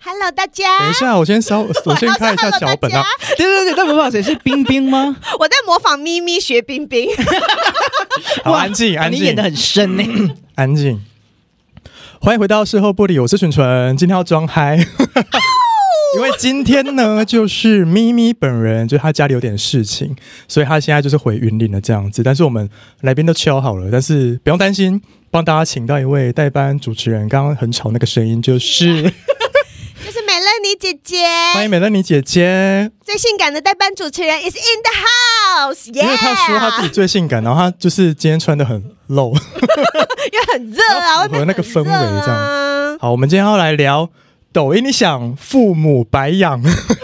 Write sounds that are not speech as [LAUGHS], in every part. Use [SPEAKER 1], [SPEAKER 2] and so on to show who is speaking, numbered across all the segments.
[SPEAKER 1] ，Hello 大家，
[SPEAKER 2] 等一
[SPEAKER 3] 啊
[SPEAKER 2] 下，我先
[SPEAKER 3] [LAUGHS]
[SPEAKER 2] 稍，我先看一下脚本啊。
[SPEAKER 3] 对对对，大魔法谁是冰冰吗？
[SPEAKER 1] 我在模仿咪咪学冰冰。 [LAUGHS]
[SPEAKER 2] 好，安静，安
[SPEAKER 3] 啊你
[SPEAKER 2] 静，
[SPEAKER 3] 演的很深呢、
[SPEAKER 2] 安静。欢迎回到事后不理，我是纯纯，今天要装嗨， [LAUGHS] 因为今天呢，就是咪咪本人，就他家里有点事情，所以他现在就是回云林了这样子。但是我们来宾都敲好了，但是不用担心，帮大家请到一位代班主持人。刚刚很吵那个声音
[SPEAKER 3] [LAUGHS]
[SPEAKER 2] 就是，
[SPEAKER 1] 就是美乐妮姐姐，
[SPEAKER 2] 欢迎美乐妮姐
[SPEAKER 3] [LAUGHS]
[SPEAKER 2] 姐。
[SPEAKER 1] 最性感的代班主持人 is in the house，耶、
[SPEAKER 2] 因为她说她自己最性感，然后她就是今天穿的很露。
[SPEAKER 1] 因为很热啊，
[SPEAKER 2] 要符合
[SPEAKER 1] 外面
[SPEAKER 2] 那个氛围
[SPEAKER 1] 很热啊
[SPEAKER 2] [LAUGHS] 好，我们今天要来聊抖音，你想父母白养， [LAUGHS] 不知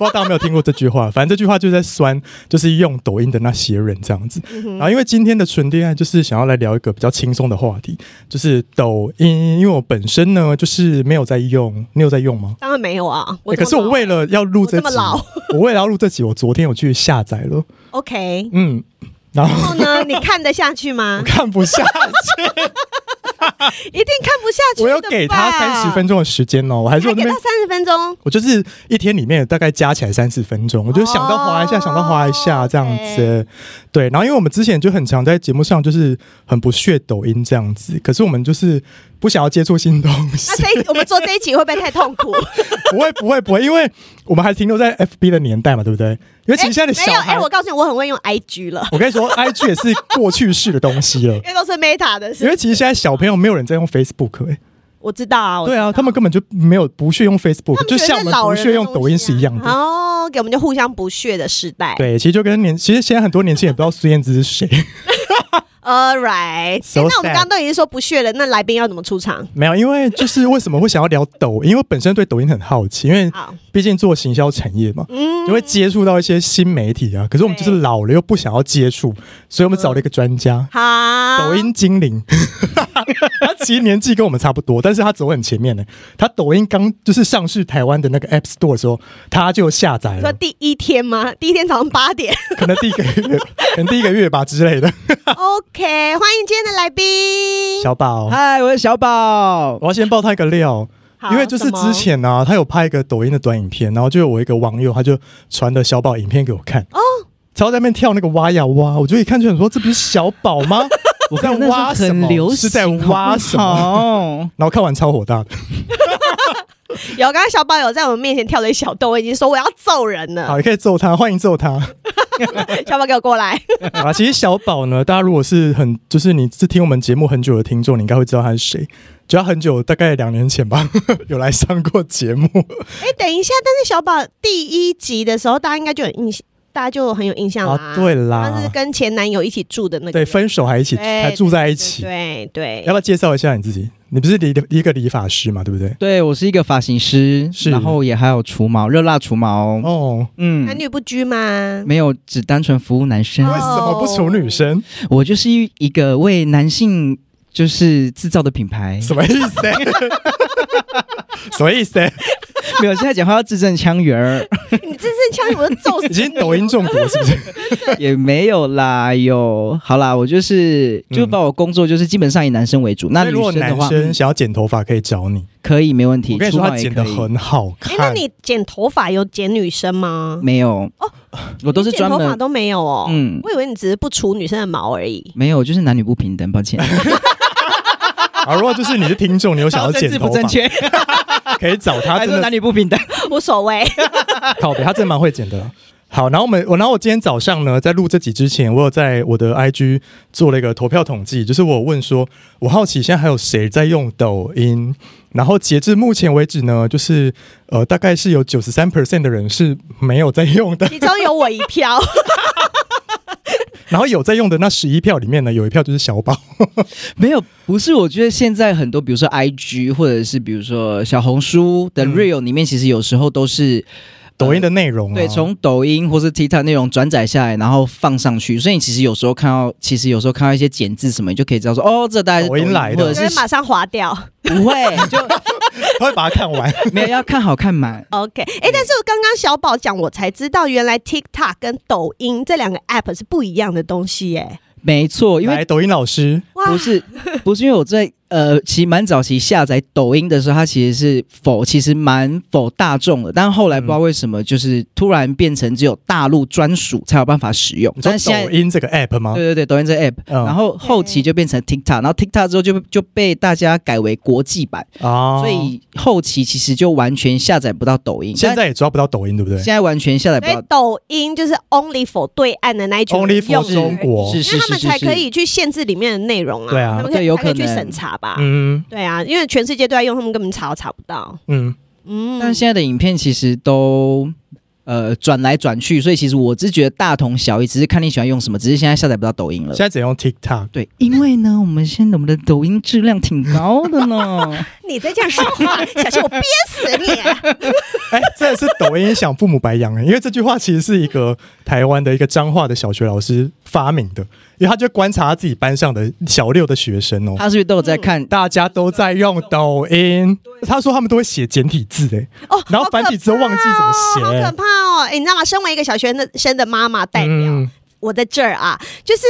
[SPEAKER 2] 道大家有没有听过这句话？反正这句话就是在酸，就是用抖音的那些人这样子。
[SPEAKER 1] 嗯
[SPEAKER 2] 然后因为今天的纯恋爱，就是想要来聊一个比较轻松的话题，就是抖音。因为我本身呢，就是没有在用，你有在用吗？
[SPEAKER 1] 当然没有啊，我
[SPEAKER 2] 欸可是我为
[SPEAKER 1] 了
[SPEAKER 2] 了要录这集
[SPEAKER 1] 我这么老，
[SPEAKER 2] 我为了要录这集，我昨天有去下载了，
[SPEAKER 1] OK，
[SPEAKER 2] 嗯，然后
[SPEAKER 1] 然后呢，你看得下去吗
[SPEAKER 2] [LAUGHS] 我？看
[SPEAKER 1] [LAUGHS]
[SPEAKER 2] 不下去。
[SPEAKER 1] 一定看不下去。
[SPEAKER 2] 我有给他三十分，钟的时间哦，我还是
[SPEAKER 1] 还
[SPEAKER 2] 我
[SPEAKER 1] 给
[SPEAKER 2] 那边
[SPEAKER 1] 他，三十分钟，
[SPEAKER 2] 我就是一天里面大概加起来三十分钟，我就想到滑一下，
[SPEAKER 1] 哦
[SPEAKER 2] 想到滑一下这样子。对，然后因为我们之前就很常在节目上就是很不屑抖音这样子，可是我们就是不想要接触新东
[SPEAKER 1] 那
[SPEAKER 2] 西，
[SPEAKER 1] 这
[SPEAKER 2] [LAUGHS]
[SPEAKER 1] 一我们做这一集会不会太痛苦？
[SPEAKER 2] 不会不会不会，因为我们还停留在 FB 的年代嘛，对不对？因为其实现在的
[SPEAKER 1] 没
[SPEAKER 2] 小
[SPEAKER 1] 有，
[SPEAKER 2] 孩，
[SPEAKER 1] 哎，我告诉你，我很会用 IG
[SPEAKER 2] [LAUGHS]
[SPEAKER 1] 了，。
[SPEAKER 2] 我跟你说，IG 也是过去式的东西了
[SPEAKER 1] [LAUGHS] 因为都是 Meta 的
[SPEAKER 2] 因
[SPEAKER 1] 事。
[SPEAKER 2] 为其实现在小朋友没有人在用 Facebook，、欸、
[SPEAKER 1] 我知道啊，我
[SPEAKER 2] 对啊，
[SPEAKER 1] 知道
[SPEAKER 2] 他们根本就没有不屑用 Facebook，
[SPEAKER 1] 他
[SPEAKER 2] [LAUGHS] 就
[SPEAKER 1] 觉得
[SPEAKER 2] 像我们
[SPEAKER 1] 老
[SPEAKER 2] 不
[SPEAKER 1] 人
[SPEAKER 2] 屑用抖音是一样
[SPEAKER 1] 的
[SPEAKER 2] 的
[SPEAKER 1] 东。西啊。哦，给我们就互相不屑的时代。
[SPEAKER 2] 对，其实就跟年，其实现在很多年轻人不知道孙燕姿是谁， [LAUGHS]
[SPEAKER 1] ，All right，
[SPEAKER 2] So
[SPEAKER 1] 哎那我们
[SPEAKER 2] sad
[SPEAKER 1] 刚刚都已经说不屑了，那来宾要怎么出场？
[SPEAKER 2] 没有，因为就是为什么会想要聊抖音，因为我本身对抖音很好奇，因为
[SPEAKER 1] 好，
[SPEAKER 2] 毕竟做行销产业嘛，
[SPEAKER 1] 嗯
[SPEAKER 2] 就会接触到一些新媒体啊。可是我们就是
[SPEAKER 1] 对
[SPEAKER 2] 老了又不想要接触，所以我们找了一个专家。
[SPEAKER 1] 好，
[SPEAKER 2] 抖音精灵， [LAUGHS] 他其实年纪跟我们差不多，但是他走很前面呢。他抖音刚就是上市台湾的那个 App Store 的时候，他就下载
[SPEAKER 1] 说
[SPEAKER 2] 了，
[SPEAKER 1] 第一天吗？第一天早上八
[SPEAKER 2] [LAUGHS]
[SPEAKER 1] 点。
[SPEAKER 2] 可能第一个月，可能第一个月吧之类
[SPEAKER 1] [LAUGHS]
[SPEAKER 2] 的。
[SPEAKER 1] OK，欢迎今天的来宾。
[SPEAKER 2] 小宝，
[SPEAKER 3] 嗨，我是小宝
[SPEAKER 2] 我。要先爆他一个料
[SPEAKER 1] 好，
[SPEAKER 2] 因为就是之前呢、啊，他有拍一个抖音的短影片，然后就有我一个网友，他就传的小宝影片给我看，
[SPEAKER 1] 哦，
[SPEAKER 2] 超在那边跳那个蛙呀蛙，我就一看就想说，这不是小宝
[SPEAKER 1] [LAUGHS]
[SPEAKER 2] 吗？我在
[SPEAKER 3] 那时候
[SPEAKER 2] 挖什
[SPEAKER 3] 很
[SPEAKER 2] 么？
[SPEAKER 3] 流行，哦
[SPEAKER 2] 是在挖什么？
[SPEAKER 3] 么？
[SPEAKER 2] 然后看完超火大的，
[SPEAKER 1] 有，刚刚小宝有在我们面前跳了一小段，我已经说我要揍人了。
[SPEAKER 2] 好，你可以揍他，欢迎
[SPEAKER 1] [LAUGHS]
[SPEAKER 2] 揍他。
[SPEAKER 1] 小宝给我过
[SPEAKER 2] [LAUGHS]
[SPEAKER 1] 来。
[SPEAKER 2] 好啦，其实小宝呢，大家如果是很就是你是听我们节目很久的听众，你应该会知道他是谁。只要很久，大概两年前吧， [LAUGHS] 有来上过节目。
[SPEAKER 1] 哎、等一下，但是小宝第一集的时候，大家应该就有印象，大家就很有印象啦。
[SPEAKER 2] 啊，对
[SPEAKER 1] 他是
[SPEAKER 2] 啦，
[SPEAKER 1] 跟前男友一起住的那个。
[SPEAKER 2] 对，分手还一起，
[SPEAKER 1] 对
[SPEAKER 2] 还住在一起。
[SPEAKER 1] 对对
[SPEAKER 2] 要不要介绍一下你自己？你不是理一个理发师嘛，对不对？
[SPEAKER 3] 对，我是一个发型师，
[SPEAKER 2] 是
[SPEAKER 3] 然后也还有除毛，热辣除毛。
[SPEAKER 2] 哦，
[SPEAKER 3] 嗯
[SPEAKER 1] 男，女不拘吗？
[SPEAKER 3] 没有，只单纯服务男生。
[SPEAKER 2] 为什么不处女生？
[SPEAKER 3] 我就是一个为男性就是制造的品牌。
[SPEAKER 2] 什么意
[SPEAKER 3] [LAUGHS]
[SPEAKER 2] 思？什么意思？
[SPEAKER 3] 没有，现在讲话要字正腔圆儿，
[SPEAKER 1] 你这是枪，我就
[SPEAKER 3] [LAUGHS]
[SPEAKER 1] 揍死
[SPEAKER 2] 已
[SPEAKER 1] 你！
[SPEAKER 2] 经抖音中毒是不是？
[SPEAKER 3] 也没有啦。有，好啦，我就是就把我工作就是基本上以男生为主， [LAUGHS]
[SPEAKER 2] 嗯
[SPEAKER 3] 那
[SPEAKER 2] 所以
[SPEAKER 3] 女
[SPEAKER 2] 如果
[SPEAKER 3] 生的
[SPEAKER 2] 男
[SPEAKER 3] 话
[SPEAKER 2] 生想要剪头发，可以找你。
[SPEAKER 3] 可以没问题，
[SPEAKER 2] 我跟你
[SPEAKER 3] 除
[SPEAKER 2] 说，
[SPEAKER 3] 毛
[SPEAKER 2] 他
[SPEAKER 3] 也
[SPEAKER 2] 剪的
[SPEAKER 3] 可以。
[SPEAKER 2] 很好
[SPEAKER 1] 哎、那
[SPEAKER 2] 看。
[SPEAKER 1] 你剪头发有剪女生吗？
[SPEAKER 3] 没有
[SPEAKER 1] 哦
[SPEAKER 3] 我都是
[SPEAKER 1] 你剪
[SPEAKER 3] 专
[SPEAKER 1] 头发
[SPEAKER 3] 门
[SPEAKER 1] 都没有哦。
[SPEAKER 3] 嗯，
[SPEAKER 1] 我以为你只是不除女生的毛而已。
[SPEAKER 3] 没有，就是男女不平等，抱歉。
[SPEAKER 2] 啊，如果就是你是听众，你有 [LAUGHS] 想要剪头发，
[SPEAKER 3] 确，
[SPEAKER 2] 可以找他。
[SPEAKER 3] 还
[SPEAKER 2] 真
[SPEAKER 3] 说
[SPEAKER 2] 的
[SPEAKER 3] 男女不平等。 [LAUGHS]
[SPEAKER 1] 无所谓，
[SPEAKER 2] 靠北，他真的蛮会剪的。好，然后我们我，然后我今天早上呢，在录这集之前，我有在我的 IG 做了一个投票统计，就是我有问说，我好奇现在还有谁在用抖音？然后截至目前为止呢，就是呃，大概是有九十三 percent 的人是没有在用的，
[SPEAKER 1] 其中有我一票。
[SPEAKER 2] 然后有在用的那十一票里面呢，有一票就是小宝。
[SPEAKER 3] 没有，不是，我觉得现在很多，比如说 IG 或者是比如说小红书的
[SPEAKER 2] 嗯
[SPEAKER 3] Real 里面，其实有时候都是
[SPEAKER 2] 抖音的内容、啊
[SPEAKER 3] 对从抖音或是 TikTok 内容转载下来，然后放上去，所以你其实有时候看到，其实有时候看到一些简字什么，你就可以知道说，哦， [LAUGHS] 这大概是
[SPEAKER 2] 抖音来的
[SPEAKER 3] 或
[SPEAKER 1] 我
[SPEAKER 3] 者
[SPEAKER 1] 会
[SPEAKER 3] 是
[SPEAKER 1] 马上划掉。
[SPEAKER 3] 不会，就
[SPEAKER 2] 他会把它看完。
[SPEAKER 3] 没有要看好看满。
[SPEAKER 1] OK，哎、
[SPEAKER 3] 嗯
[SPEAKER 1] 但是我刚刚小宝讲，我才知道原来 TikTok 跟抖音这两个 App 是不一样的东西耶、
[SPEAKER 3] [LAUGHS] 没错，因为
[SPEAKER 2] 来，抖音老师，
[SPEAKER 1] 哇
[SPEAKER 3] 不是不是因为我在呃，其实蛮早期下载抖音的时候，它其实是否其实蛮否大众的，但后来不知道为什么，就是突然变成只有大陆专属才有办法使
[SPEAKER 1] 嗯
[SPEAKER 3] 用。
[SPEAKER 2] 你
[SPEAKER 3] 但是
[SPEAKER 2] 说
[SPEAKER 3] 现
[SPEAKER 2] 抖
[SPEAKER 3] 在，
[SPEAKER 2] 音这个 app 吗？
[SPEAKER 3] 对对对，抖音这个 app，、
[SPEAKER 2] 嗯
[SPEAKER 3] 然后后期就变成 TikTok，然后 TikTok 之后就就被大家改为国际版，
[SPEAKER 2] 啊，
[SPEAKER 1] 哦
[SPEAKER 3] 所以后期其实就完全下载不到抖音。
[SPEAKER 2] 现在也抓不到抖音，对不
[SPEAKER 3] 但
[SPEAKER 2] 对
[SPEAKER 3] 现在完全下载不
[SPEAKER 1] 所以
[SPEAKER 3] 到，
[SPEAKER 1] 抖音就是 only for 对岸的那一群人
[SPEAKER 2] Only for
[SPEAKER 1] 用的
[SPEAKER 2] 中国
[SPEAKER 3] 是
[SPEAKER 1] 哎因为
[SPEAKER 3] 是
[SPEAKER 1] 他
[SPEAKER 3] 是
[SPEAKER 1] 们
[SPEAKER 3] 是
[SPEAKER 1] 才可
[SPEAKER 3] 是，
[SPEAKER 1] 以去限制里面的内容啊，
[SPEAKER 2] 对啊
[SPEAKER 1] 他们可
[SPEAKER 3] 对
[SPEAKER 1] 以
[SPEAKER 3] 有
[SPEAKER 1] 才可以
[SPEAKER 3] 可能
[SPEAKER 1] 去审查吧，
[SPEAKER 2] 嗯
[SPEAKER 1] 对啊，因为全世界都在用，他们根本查都查不到，
[SPEAKER 2] 嗯，
[SPEAKER 1] 嗯，
[SPEAKER 3] 但现在的影片其实都。呃，转来转去，所以其实我是觉得大同小异，只是看你喜欢用什么。只是现在下载不到抖音了
[SPEAKER 2] 现。在只能用 TikTok。
[SPEAKER 3] 对，因为呢，我们现在我们的抖音质量挺高的
[SPEAKER 1] [LAUGHS]
[SPEAKER 3] 呢。
[SPEAKER 1] 你再这样说话，小心我憋死你！啊
[SPEAKER 2] 哎，真的是抖音想父母白养哎，因为这句话其实是一个台湾的一个彰化的小学老师发明的，因为他就观察自己班上的小六的学生哦，
[SPEAKER 3] 他是不是都有在看？
[SPEAKER 1] 嗯
[SPEAKER 2] 大家都在用抖音，他说他们都会写简体字哎，
[SPEAKER 1] 哦，
[SPEAKER 2] [LAUGHS] 然后繁体字都忘记怎
[SPEAKER 1] 好
[SPEAKER 2] 么写
[SPEAKER 1] 可怕哦！哎、你知道吗？身为一个小学生的妈妈代表，
[SPEAKER 2] 嗯，
[SPEAKER 1] 我在这儿啊，就是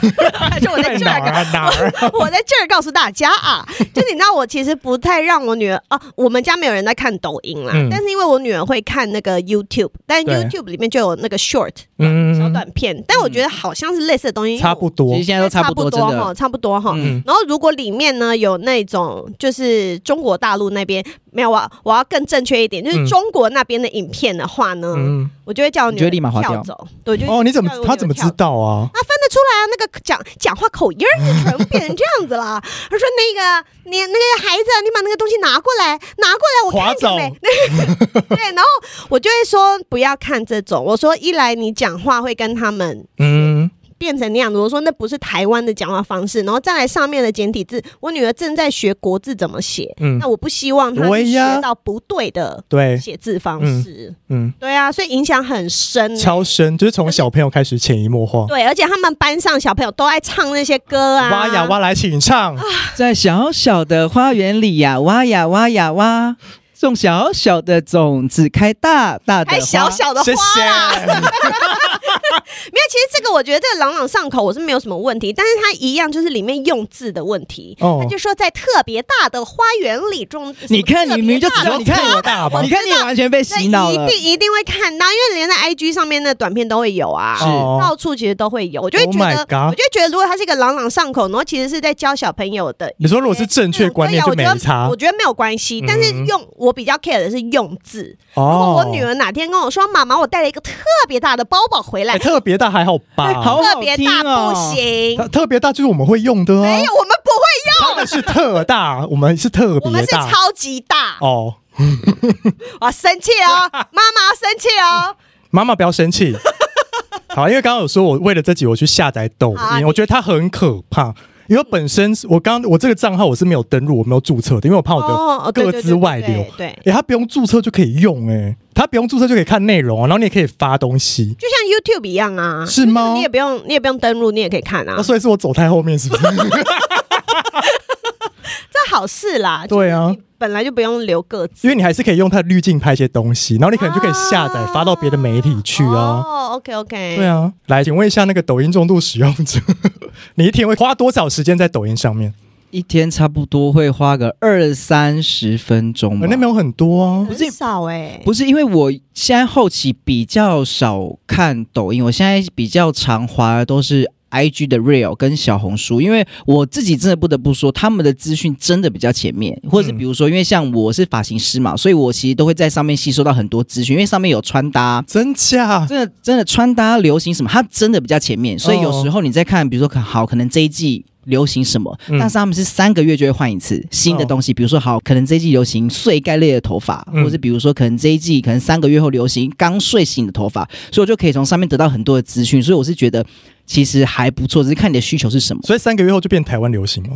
[SPEAKER 2] [LAUGHS]
[SPEAKER 1] 啊，还是我在这
[SPEAKER 2] 哪
[SPEAKER 1] 儿
[SPEAKER 2] 儿啊哪儿？
[SPEAKER 1] [LAUGHS] 我在这儿告诉大家啊，就你知道，我其实不太让我女儿啊，我们家没有人在看抖音啦，
[SPEAKER 2] 嗯
[SPEAKER 1] 但是因为我女儿会看那个 YouTube，但
[SPEAKER 2] 对
[SPEAKER 1] YouTube 里面就有那个 short
[SPEAKER 2] 嗯
[SPEAKER 1] 小短片，但我觉得好像是类似的东西，
[SPEAKER 2] 差不多
[SPEAKER 3] 其实，现在都差
[SPEAKER 1] 差
[SPEAKER 3] 不多，真
[SPEAKER 1] 哈，
[SPEAKER 3] 的。
[SPEAKER 1] 差不多哈。
[SPEAKER 2] 嗯，
[SPEAKER 1] 然后，如果里面呢有那种就是中国大陆那边没有，我要我要更正确一点，就
[SPEAKER 2] 嗯
[SPEAKER 1] 是中国那边的影片的话呢，
[SPEAKER 2] 嗯，
[SPEAKER 1] 我就会叫我女
[SPEAKER 3] 你就
[SPEAKER 1] 儿
[SPEAKER 3] 立马划掉
[SPEAKER 1] 跳走。对，我就
[SPEAKER 2] 哦，你怎么
[SPEAKER 1] 叫我女儿
[SPEAKER 2] 他怎么
[SPEAKER 1] 跳
[SPEAKER 2] 知
[SPEAKER 1] 走
[SPEAKER 2] 道啊？
[SPEAKER 1] 啊，分得出来啊，那个讲讲话口音儿就全部变成这样子了。他说：“那个，你那个孩子，啊你把那个东西拿过来，拿过来，我
[SPEAKER 2] 划
[SPEAKER 1] 看
[SPEAKER 2] 走
[SPEAKER 1] 看呗。” [LAUGHS] 对，然后我就会说不要看这种。我说一来你讲话会跟他们
[SPEAKER 2] 嗯，
[SPEAKER 1] 变成那样子，我说那不是台湾的讲话方式。然后再来上面的简体字，我女儿正在学国字怎么写，
[SPEAKER 2] 嗯
[SPEAKER 1] 那我不希望她
[SPEAKER 2] 喂
[SPEAKER 1] 去
[SPEAKER 2] 呀
[SPEAKER 1] 学到不对的
[SPEAKER 2] 对，
[SPEAKER 1] 写字方
[SPEAKER 2] 嗯
[SPEAKER 1] 式。
[SPEAKER 2] 嗯，
[SPEAKER 1] 对啊，所以影响很深、欸。
[SPEAKER 2] 超深，就是从小朋友开始潜移默化，
[SPEAKER 1] 对，而且他们班上小朋友都爱唱那些歌啊，
[SPEAKER 2] 挖呀挖来，请唱，
[SPEAKER 3] 在小小的花园里呀，挖呀挖呀挖，种小小的种子，开大大的花。
[SPEAKER 1] 还小小的花
[SPEAKER 2] 谢
[SPEAKER 1] 啦。
[SPEAKER 2] 谢。
[SPEAKER 1] 没有，其实这个我觉得这个朗朗上口，我是没有什么问题，但是它一样就是里面用字的问题。
[SPEAKER 2] 哦
[SPEAKER 1] [LAUGHS] 他就说在特别大的花园里种，
[SPEAKER 3] 你看你明明就知道，你看
[SPEAKER 2] 我大吗
[SPEAKER 3] 你看你完全被
[SPEAKER 1] 这
[SPEAKER 3] 洗脑了
[SPEAKER 1] 一。定一定会看到，因为连在 IG 上面的短片都会有啊。
[SPEAKER 3] 是
[SPEAKER 2] 哦
[SPEAKER 1] 到处其实都会有，我就会
[SPEAKER 2] Oh
[SPEAKER 1] 觉得
[SPEAKER 2] my god
[SPEAKER 1] 我就会觉得，如果它是一个朗朗上口，然后其实是在教小朋友的
[SPEAKER 2] 你说如果是正确观念就没差
[SPEAKER 1] 啊我觉得没有关系。但是
[SPEAKER 2] 嗯
[SPEAKER 1] 用我比较 care 的是用字。
[SPEAKER 2] 哦
[SPEAKER 1] 如果我女儿哪天跟我说：“妈妈，我带了一个特别大的包包回来，
[SPEAKER 2] 哎特别大还好吧？
[SPEAKER 1] [LAUGHS]
[SPEAKER 3] 好
[SPEAKER 1] 特别
[SPEAKER 3] 听
[SPEAKER 1] 大
[SPEAKER 3] 哦
[SPEAKER 1] 不行。
[SPEAKER 2] 它特别大就是我们会用的啊
[SPEAKER 1] 没，有，我们不会
[SPEAKER 2] 他们是特大，我们是特
[SPEAKER 1] 用，我们
[SPEAKER 2] 别
[SPEAKER 1] 是
[SPEAKER 2] 大
[SPEAKER 1] 超级大。
[SPEAKER 2] 哦。
[SPEAKER 1] 我生气哦，妈妈生气哦。
[SPEAKER 2] 妈妈不要生
[SPEAKER 1] [LAUGHS]
[SPEAKER 2] 气。好，因为刚刚有说我为了这集我去下载抖
[SPEAKER 1] 好啊
[SPEAKER 2] 音，
[SPEAKER 1] 你
[SPEAKER 2] 我觉得它很可怕。因为本身我刚我这个账号我是没有登录，我没有注册的，因为我怕我的
[SPEAKER 1] 哦对
[SPEAKER 2] 各
[SPEAKER 1] 对
[SPEAKER 2] 自
[SPEAKER 1] 对
[SPEAKER 2] 外流
[SPEAKER 1] 对。对，
[SPEAKER 2] 哎、它不用注册就可以用、哎，它不用注册就可以看内容啊，然后你也可以发东西，
[SPEAKER 1] 就像 YouTube 一样啊，
[SPEAKER 2] 是吗
[SPEAKER 1] 你也不用，你也不用登录，你也可以看啊
[SPEAKER 2] 那、，所以是我走太后面是不是？
[SPEAKER 1] 这好事啦。
[SPEAKER 2] 对啊，
[SPEAKER 1] 本来就不用留各自，
[SPEAKER 2] 因为你还是可以用它的滤镜拍一些东西，然后你可能就可以下载
[SPEAKER 1] 啊
[SPEAKER 2] 发到别的媒体去啊。
[SPEAKER 1] 哦，OK OK，
[SPEAKER 2] 对，啊，来，请问一下那个抖音重度使用者， [LAUGHS] 你一天会花多少时间在抖音上面？
[SPEAKER 3] 一天差不多会花个二三十分钟
[SPEAKER 1] 嗯
[SPEAKER 3] 吧
[SPEAKER 2] 呃、那。没有很多啊，
[SPEAKER 1] 很少哎，
[SPEAKER 3] 不是因为我现在后期比较少看抖音，我现在比较常滑的都是 I G 的 Real 跟小红书，因为我自己真的不得不说，他们的资讯真的比较前面，或者是
[SPEAKER 2] 嗯
[SPEAKER 3] 比如说，因为像我是发型师嘛，所以我其实都会在上面吸收到很多资讯，因为上面有穿搭。
[SPEAKER 2] 真假？
[SPEAKER 3] 真的，真的穿搭流行什么，它真的比较前面，所以有
[SPEAKER 2] 哦
[SPEAKER 3] 时候你在看，比如说好，可能这一季流行什么，
[SPEAKER 2] 嗯
[SPEAKER 3] 但是他们是三个月就会换一次新的东西，比如说好，可能这一季流行碎盖类的头发，
[SPEAKER 2] 嗯
[SPEAKER 3] 或者是比如说可能这一季可能三个月后流行刚睡醒的头发，所以我就可以从上面得到很多的资讯，所以我是觉得其实还不错，只是看你的需求是什么。
[SPEAKER 2] 所以三个月后就变台湾流行了，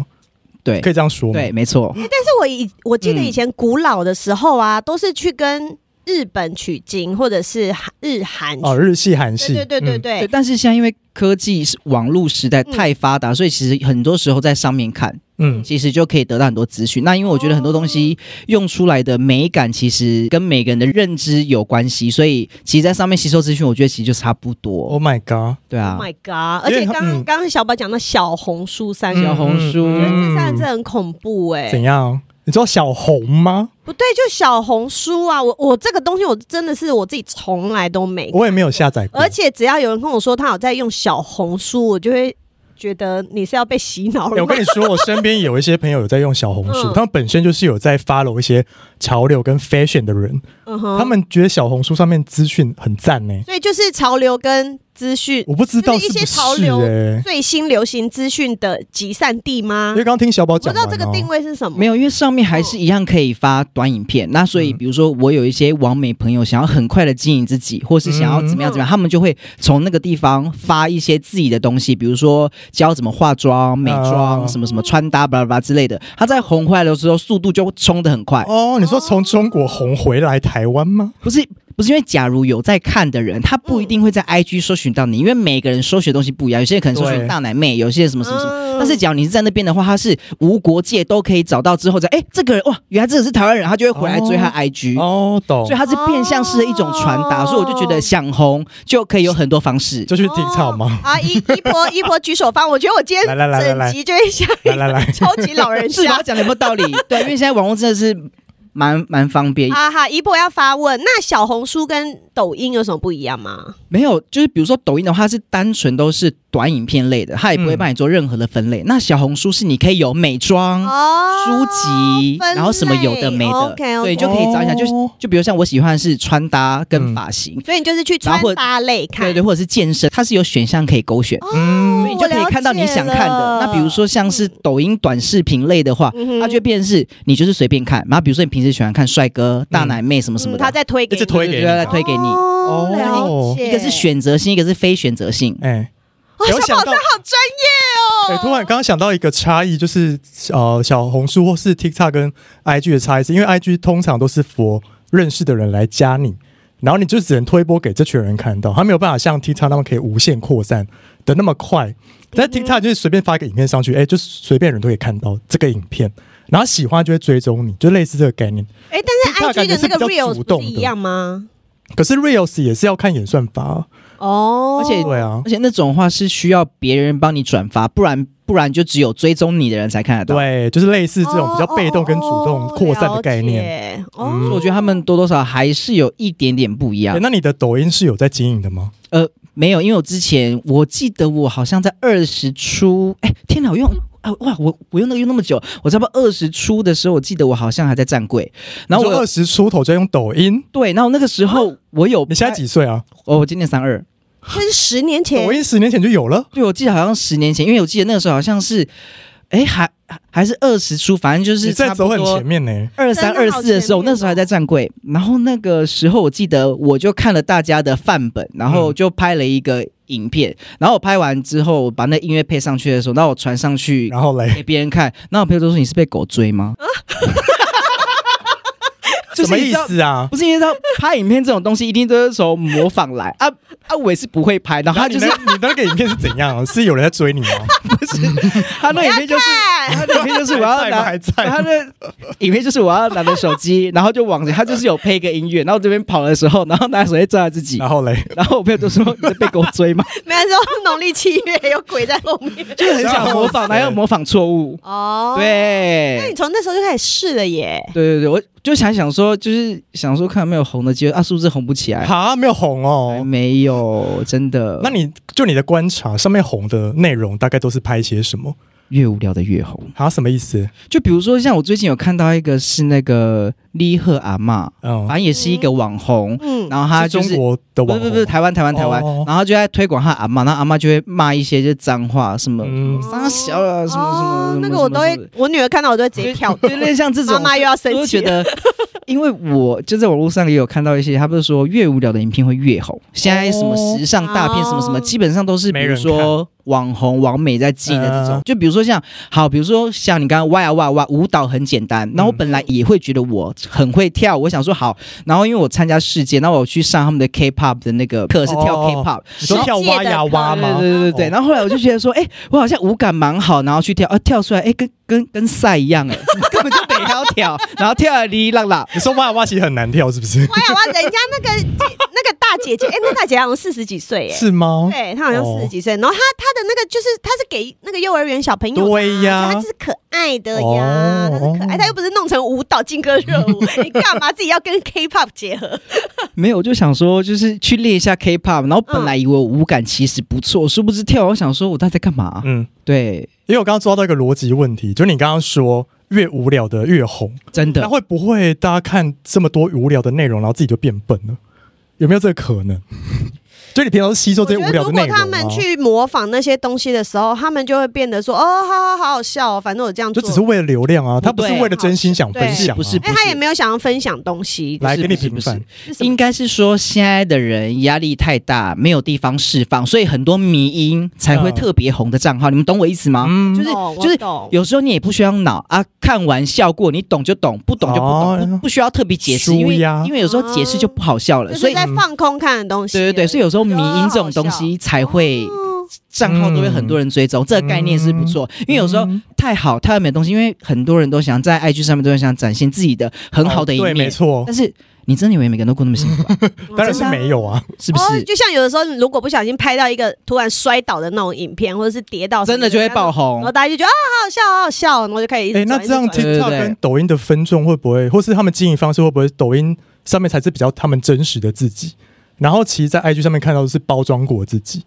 [SPEAKER 3] 对
[SPEAKER 2] 可以这样说吗？
[SPEAKER 3] 对，，没错，
[SPEAKER 2] 嗯
[SPEAKER 1] 但是我以我记得以前古老的时候啊，都是去跟日本取经或者是韩日韩
[SPEAKER 2] 哦，日系、韩系，
[SPEAKER 1] 对对对对
[SPEAKER 2] 嗯
[SPEAKER 1] 对，
[SPEAKER 3] 对，但是现在因为科技是网络时代
[SPEAKER 1] 嗯
[SPEAKER 3] 太发达，所以其实很多时候在上面看，
[SPEAKER 2] 嗯，
[SPEAKER 3] 其实就可以得到很多资讯。那因为我觉得很多东西用出来的美感，其实跟每个人的认知有关系，所以其实在上面吸收资讯，我觉得其实就差不多。
[SPEAKER 2] Oh my god！
[SPEAKER 3] 对啊
[SPEAKER 1] Oh，my god！而
[SPEAKER 2] 因为
[SPEAKER 1] 且
[SPEAKER 2] 他
[SPEAKER 1] 刚
[SPEAKER 2] 嗯
[SPEAKER 1] 刚刚才小宝讲到小红书三个
[SPEAKER 3] 小
[SPEAKER 1] 字，
[SPEAKER 3] 红嗯书
[SPEAKER 1] 我觉得这三
[SPEAKER 2] 嗯
[SPEAKER 1] 个字很恐怖哎、
[SPEAKER 2] 怎样？你知道小红吗？
[SPEAKER 1] 不对，就小红书啊，我我这个东西我真的是我自己从来都没看，
[SPEAKER 2] 我也没有下载过
[SPEAKER 1] 嗯而。且只要有人跟我说他有在用小红书，我就会觉得你是要被洗脑
[SPEAKER 2] 欸
[SPEAKER 1] 了
[SPEAKER 2] 我
[SPEAKER 1] 吗。
[SPEAKER 2] 跟你说，我身边有一些朋友有在用小红书，
[SPEAKER 1] 嗯
[SPEAKER 2] 他们本身就是有在 follow 一些潮流跟 fashion 的人，
[SPEAKER 1] 嗯哼
[SPEAKER 2] 他们觉得小红书上面资讯很赞呢、
[SPEAKER 1] 所以就是潮流跟资讯
[SPEAKER 2] 我不知道
[SPEAKER 1] 就是是一
[SPEAKER 2] 不
[SPEAKER 1] 些潮
[SPEAKER 2] 是
[SPEAKER 1] 流
[SPEAKER 2] 哎、
[SPEAKER 1] 最新流行资讯的集散地吗
[SPEAKER 2] 因为？刚刚听小宝
[SPEAKER 1] 不
[SPEAKER 2] 讲
[SPEAKER 1] 知
[SPEAKER 2] 完、
[SPEAKER 1] 道
[SPEAKER 2] 哦，
[SPEAKER 1] 这个定位是什么。
[SPEAKER 3] 没有，因为上面还是一样可以发短影片。那所以，
[SPEAKER 2] 嗯
[SPEAKER 3] 比如说我有一些网美朋友想要很快的经营自己，或是想要
[SPEAKER 2] 嗯
[SPEAKER 3] 怎么样怎么样，他们就会从那个地方发一些自己的东西，比如说教怎么化妆、美妆、
[SPEAKER 2] 哦
[SPEAKER 3] 什么什么穿搭、巴拉巴拉之类的。他在红回来的时候，速度就冲得很快。
[SPEAKER 2] 哦，你说从中国红回来台湾吗？
[SPEAKER 3] 不是不是因为，假如有在看的人，他不一定会在 IG 搜寻到你，因为每个人搜寻的东西不一样，有些人可能搜
[SPEAKER 2] 对
[SPEAKER 3] 寻大奶妹，有些人什么什么什么。
[SPEAKER 1] 嗯
[SPEAKER 3] 但是，假如你是在那边的话，他是无国界都可以找到之后再，哎，这个人哇，原来这个是台湾人，他就会回来追他
[SPEAKER 1] 嗯
[SPEAKER 3] IG，、
[SPEAKER 2] 哦，懂
[SPEAKER 3] 所以，他是变相式的一种传达，
[SPEAKER 1] 哦
[SPEAKER 3] 所以我就觉得想红就可以有很多方式。
[SPEAKER 2] 就去体操吗？
[SPEAKER 1] 哦啊，一一波一波举手方，我觉得我今天
[SPEAKER 2] 来来来来来
[SPEAKER 1] 整集就会像一
[SPEAKER 2] 来
[SPEAKER 1] 个
[SPEAKER 2] 来来，
[SPEAKER 1] 超级老人
[SPEAKER 2] [LAUGHS]
[SPEAKER 3] 是吧？
[SPEAKER 1] 家。
[SPEAKER 3] 讲的有没有道理？对，因为现在网络真的是蛮蛮方便，
[SPEAKER 1] 啊哈，一波要发问，那小红书跟抖音有什么不一样吗？
[SPEAKER 3] 没有，就是比如说抖音的话，它是单纯都是短影片类的，它也不会
[SPEAKER 2] 嗯
[SPEAKER 3] 帮你做任何的分类。那小红书是你可以有美妆、
[SPEAKER 1] 哦
[SPEAKER 3] 书籍，然后什么有的没的，
[SPEAKER 1] OK，
[SPEAKER 3] 对，就可以找一下。就是
[SPEAKER 2] 哦
[SPEAKER 3] 就比如像我喜欢的是穿搭跟发型，
[SPEAKER 1] 所以你就是去穿搭类看，
[SPEAKER 3] 对对，或者是健身，它是有选项可以勾选，
[SPEAKER 1] 哦，
[SPEAKER 2] 嗯
[SPEAKER 3] 所以你就可以看到你想看的。那比如说像是抖音短视频类的话。
[SPEAKER 1] 嗯哼，
[SPEAKER 3] 它就会变成是你就是随便看，然后比如说你平时喜欢看帅哥、大奶妹什么什么
[SPEAKER 1] 嗯
[SPEAKER 3] 的，
[SPEAKER 1] 他在推给
[SPEAKER 2] 一直
[SPEAKER 1] 你，
[SPEAKER 2] 推给
[SPEAKER 3] 对
[SPEAKER 2] 你
[SPEAKER 3] 对对推给你。
[SPEAKER 1] 哦，了
[SPEAKER 2] 哦
[SPEAKER 1] 解
[SPEAKER 3] 一个是选择性，一个是非选择性。
[SPEAKER 2] 哎、
[SPEAKER 1] 哦，
[SPEAKER 2] 有
[SPEAKER 1] 小
[SPEAKER 2] 想
[SPEAKER 1] 宝
[SPEAKER 2] 到
[SPEAKER 1] 真好专业哦。
[SPEAKER 2] 哎、突然刚刚想到一个差异，就是呃，小红书或是 TikTok 跟 IG 的差异是，因为 IG 通常都是 for 认识的人来加你，然后你就只能推播给这群人看到，他没有办法像 TikTok 那么可以无限扩散的那么快。但 TikTok 就是随便发一个影片上去，哎、就是随便人都可以看到这个影片，然后喜欢就会追踪你，就类似这个概念。
[SPEAKER 1] 哎，但
[SPEAKER 2] TikTok
[SPEAKER 1] 是 IG 的
[SPEAKER 2] 感觉是
[SPEAKER 1] 那个
[SPEAKER 2] 比较
[SPEAKER 1] reels
[SPEAKER 2] 主
[SPEAKER 1] 不
[SPEAKER 2] 动
[SPEAKER 1] 是
[SPEAKER 2] 的
[SPEAKER 1] 一样吗？
[SPEAKER 2] 可是 Reels 也是要看演算法啊，
[SPEAKER 1] 哦，
[SPEAKER 3] 而且
[SPEAKER 2] 对啊
[SPEAKER 3] 而，且那种话是需要别人帮你转发，不然不然就只有追踪你的人才看得到。
[SPEAKER 2] 对，就是类似这种比较被动跟主
[SPEAKER 1] 哦
[SPEAKER 2] 动扩散的概念。嗯
[SPEAKER 1] 念
[SPEAKER 3] 所以
[SPEAKER 1] 哦
[SPEAKER 3] 我觉得他们多多少少还是有一点点不一样呃
[SPEAKER 2] 哎。那你的抖音是有在经营的吗？
[SPEAKER 3] 没有，因为我之前我记得我好像在二十出，哎，天哪，我用啊哇，我我用那个用那么久，我差不多二十出的时候，我记得我好像还在站柜，然后
[SPEAKER 2] 你说
[SPEAKER 3] 我
[SPEAKER 2] 二
[SPEAKER 3] 有
[SPEAKER 2] 十出头就要用抖音，
[SPEAKER 3] 对，然后那个时候我有
[SPEAKER 2] 你现在几岁
[SPEAKER 1] 哎
[SPEAKER 2] 啊？
[SPEAKER 3] 哦，我今年三二，
[SPEAKER 1] 这是十年前
[SPEAKER 2] 抖，音十年前就有了，
[SPEAKER 3] 对，我记得好像十年前，因为我记得那个时候好像是，哎，还还是二十出，反正就是
[SPEAKER 2] 你在
[SPEAKER 3] 差不
[SPEAKER 2] 走很
[SPEAKER 3] 多
[SPEAKER 2] 前面呢。
[SPEAKER 3] 二三
[SPEAKER 1] 真
[SPEAKER 3] 二
[SPEAKER 1] 的好
[SPEAKER 3] 四的时候，
[SPEAKER 1] 前面哦
[SPEAKER 3] 那时候还在站柜，然后那个时候我记得我就看了大家的范本，然后就拍了一个影片，然后我拍完之后，我把那音乐配上去的时候，然后我传上去
[SPEAKER 2] 然后嘞，
[SPEAKER 3] 给别人看，那我朋友都说你是被狗追吗？ [LAUGHS] 就
[SPEAKER 2] 什
[SPEAKER 3] 是
[SPEAKER 2] 么
[SPEAKER 3] 你
[SPEAKER 2] 意
[SPEAKER 3] 知道？
[SPEAKER 2] 思啊？
[SPEAKER 3] 不是因为他拍影片这种东西，一定都是从模仿来啊啊！我也是不会拍，然后他
[SPEAKER 2] 然后
[SPEAKER 3] 就
[SPEAKER 2] 你
[SPEAKER 3] 是
[SPEAKER 2] 那你那个影片是怎样？是有人在追你吗？
[SPEAKER 3] [LAUGHS] 他那影片就是
[SPEAKER 1] 看
[SPEAKER 3] 他 [LAUGHS] 那影片就是我要
[SPEAKER 2] 还在吗
[SPEAKER 3] 拿
[SPEAKER 2] 还在吗
[SPEAKER 3] 他的影片就是我要拿着手机，然后就往他就是有配一个音乐，然后这边跑的时候，然后拿手机照他自
[SPEAKER 2] [LAUGHS]
[SPEAKER 3] 己
[SPEAKER 2] 然，后嘞，
[SPEAKER 3] 然后我朋友就说你在被狗追吗？
[SPEAKER 1] 没有说 [LAUGHS] 农历七月有鬼在后面
[SPEAKER 2] [LAUGHS]
[SPEAKER 3] 就是很想模仿，然后又模仿错误，
[SPEAKER 1] 哦。，那
[SPEAKER 3] 对
[SPEAKER 1] 你。从那时候就开始试了耶。
[SPEAKER 3] 对对对，我就想想说，就是想说看有没有红的机会啊，是不是红不起来？
[SPEAKER 2] 哈，没有红
[SPEAKER 3] 还
[SPEAKER 2] 哦。
[SPEAKER 3] 哎没有，真的。
[SPEAKER 2] 那你就你的观察，上面红的内容大概都是拍些什么？
[SPEAKER 3] 越无聊的越红。
[SPEAKER 2] 哈，什么意思？
[SPEAKER 3] 就比如说，像我最近有看到一个是那个李赫阿嬷，
[SPEAKER 2] 嗯
[SPEAKER 3] 反，正也是一个网红，
[SPEAKER 1] 嗯，
[SPEAKER 3] 然后她
[SPEAKER 2] 是
[SPEAKER 3] 就
[SPEAKER 2] 中
[SPEAKER 3] 是。
[SPEAKER 2] 国的
[SPEAKER 3] 不
[SPEAKER 2] 网
[SPEAKER 3] 是
[SPEAKER 2] 红
[SPEAKER 3] 不是台湾台湾台湾
[SPEAKER 2] 哦，
[SPEAKER 3] 然后就在推广她阿嬷，然后阿嬷就会骂一些就是脏话什么
[SPEAKER 2] 嗯
[SPEAKER 3] 脏小了什么什么
[SPEAKER 1] 哦
[SPEAKER 3] 什么，
[SPEAKER 1] 那个我都会
[SPEAKER 3] 什么，
[SPEAKER 1] [LAUGHS] 我女儿看到我都会直接跳
[SPEAKER 3] 就类似像这种
[SPEAKER 1] 妈妈又要生
[SPEAKER 3] 我就
[SPEAKER 1] 气
[SPEAKER 3] 觉
[SPEAKER 1] 了。
[SPEAKER 3] 得 [LAUGHS] 因为我就在网络上也有看到一些，他不是说越无聊的影片会越红。现在什么时尚大片
[SPEAKER 1] 哦
[SPEAKER 3] 什么什么，基本上都是比
[SPEAKER 2] 没
[SPEAKER 3] 如
[SPEAKER 2] 人
[SPEAKER 3] 说网红、网美在记的这
[SPEAKER 2] 嗯。
[SPEAKER 3] 种就比如说像好，比如说像你刚刚哇呀哇哇舞蹈很简单，然后我本来也会觉得我很会跳，我想说好，然后因为我参加世界，然后我去上他们的 K-pop 的那个课是跳
[SPEAKER 2] 哦
[SPEAKER 3] K-pop，
[SPEAKER 2] 你说跳蛙呀蛙吗？
[SPEAKER 3] 对对对对对。
[SPEAKER 2] 哦
[SPEAKER 3] 然后后来我就觉得说，哎、我好像舞感蛮好，然后去跳，啊，跳出来，哎、跟跟跟赛一样、哎， [LAUGHS] 根本就没高跳， [LAUGHS] 然后跳了哩哩啦啦。
[SPEAKER 2] 你说蛙呀蛙其实很难跳，是不是？
[SPEAKER 1] 哇呀哇，人家那个那个大
[SPEAKER 2] [LAUGHS]
[SPEAKER 1] 姐姐，哎、那大姐姐好像四十几岁、哎。
[SPEAKER 2] 是哦吗？
[SPEAKER 1] 对她好像四十几岁，然后她她的那个就是她是给那个幼儿园小朋友的啊，
[SPEAKER 2] 对呀
[SPEAKER 1] 所以她就是可爱的呀，她
[SPEAKER 2] 哦
[SPEAKER 1] 是可爱，她又不是弄成舞蹈劲歌热
[SPEAKER 2] [LAUGHS]
[SPEAKER 1] 舞，你干嘛自己要跟 K-pop 结合？
[SPEAKER 3] 没有，我就想说，就是去练一下 K-pop，然后本来以为我舞感其实不错，殊不知跳，我想说我到底在干嘛？
[SPEAKER 2] 嗯，
[SPEAKER 3] 对，
[SPEAKER 2] 因为我刚刚抓到一个逻辑问题，就是你刚刚说越无聊的越红，
[SPEAKER 3] 真
[SPEAKER 2] 那
[SPEAKER 3] 的。
[SPEAKER 2] 会不会大家看这么多无聊的内容，然后自己就变笨了？有没有这个可能？就你平 [LAUGHS] 常都吸收
[SPEAKER 1] 我
[SPEAKER 2] 这
[SPEAKER 1] 觉
[SPEAKER 2] 些
[SPEAKER 1] 得
[SPEAKER 2] 无聊
[SPEAKER 1] 如
[SPEAKER 2] 的内
[SPEAKER 1] 果
[SPEAKER 2] 容、啊，
[SPEAKER 1] 他们去模仿那些东西的时候，他们就会变得说，哦，好好好好笑哦，反正我这样
[SPEAKER 2] 就
[SPEAKER 1] 做，
[SPEAKER 2] 只是为了流量啊，
[SPEAKER 3] 不对
[SPEAKER 2] 他不是为了真心想分享、啊，
[SPEAKER 3] 不是不
[SPEAKER 1] 哎，他也没有想要分享东西，
[SPEAKER 2] 来嗯
[SPEAKER 3] 不
[SPEAKER 2] 给
[SPEAKER 3] 是
[SPEAKER 2] 你
[SPEAKER 3] 不是
[SPEAKER 2] 平
[SPEAKER 3] 不是
[SPEAKER 2] 反。
[SPEAKER 1] 是什么
[SPEAKER 3] 应该是说现在的人压力太大，没有地方释放，所以很多迷音才会
[SPEAKER 2] 嗯
[SPEAKER 3] 特别红的账号，你们懂我意思吗？
[SPEAKER 2] 嗯
[SPEAKER 3] 就是
[SPEAKER 1] 懂
[SPEAKER 3] 就是
[SPEAKER 1] 我懂
[SPEAKER 3] 有时候你也不需要脑啊，看完笑过，你懂就懂，不懂就不懂，
[SPEAKER 2] 哦
[SPEAKER 3] 不不需要特别解释，因为
[SPEAKER 2] 舒压
[SPEAKER 3] 因为有时候解释就不好笑了，
[SPEAKER 1] 就
[SPEAKER 3] 所
[SPEAKER 1] 是
[SPEAKER 2] 嗯
[SPEAKER 3] 以
[SPEAKER 1] 在放空看的东西
[SPEAKER 3] 对
[SPEAKER 1] 而已。
[SPEAKER 3] 对对，所以有时候迷音这种东西才会
[SPEAKER 1] 哦
[SPEAKER 3] 账号都会很多人追踪，这个概念是不错，因为有时候。
[SPEAKER 2] 嗯
[SPEAKER 3] 太好，太完美的东西，因为很多人都想在 IG 上面都想展现自己的很好的一
[SPEAKER 2] 哦对，
[SPEAKER 3] 面，
[SPEAKER 2] 没错，
[SPEAKER 3] 但是你真的以为每个人都过那么幸福、啊，
[SPEAKER 2] 当然是没有啊，
[SPEAKER 3] 是不是？
[SPEAKER 1] 哦，就像有的时候，如果不小心拍到一个突然摔倒的那种影片，或者是跌倒什么
[SPEAKER 3] 真的就会爆
[SPEAKER 1] 然
[SPEAKER 3] 红
[SPEAKER 1] 后。大家就觉得啊，好好笑，好好笑，然后就开始一
[SPEAKER 2] 哎、
[SPEAKER 1] 直转。
[SPEAKER 2] 那这样
[SPEAKER 1] 一直转
[SPEAKER 2] TikTok
[SPEAKER 3] 对对对
[SPEAKER 2] 跟抖音的分众会不会，或是他们经营方式会不会，抖音上面才是比较他们真实的自己，然后其实在 IG 上面看到的是包装过的自己，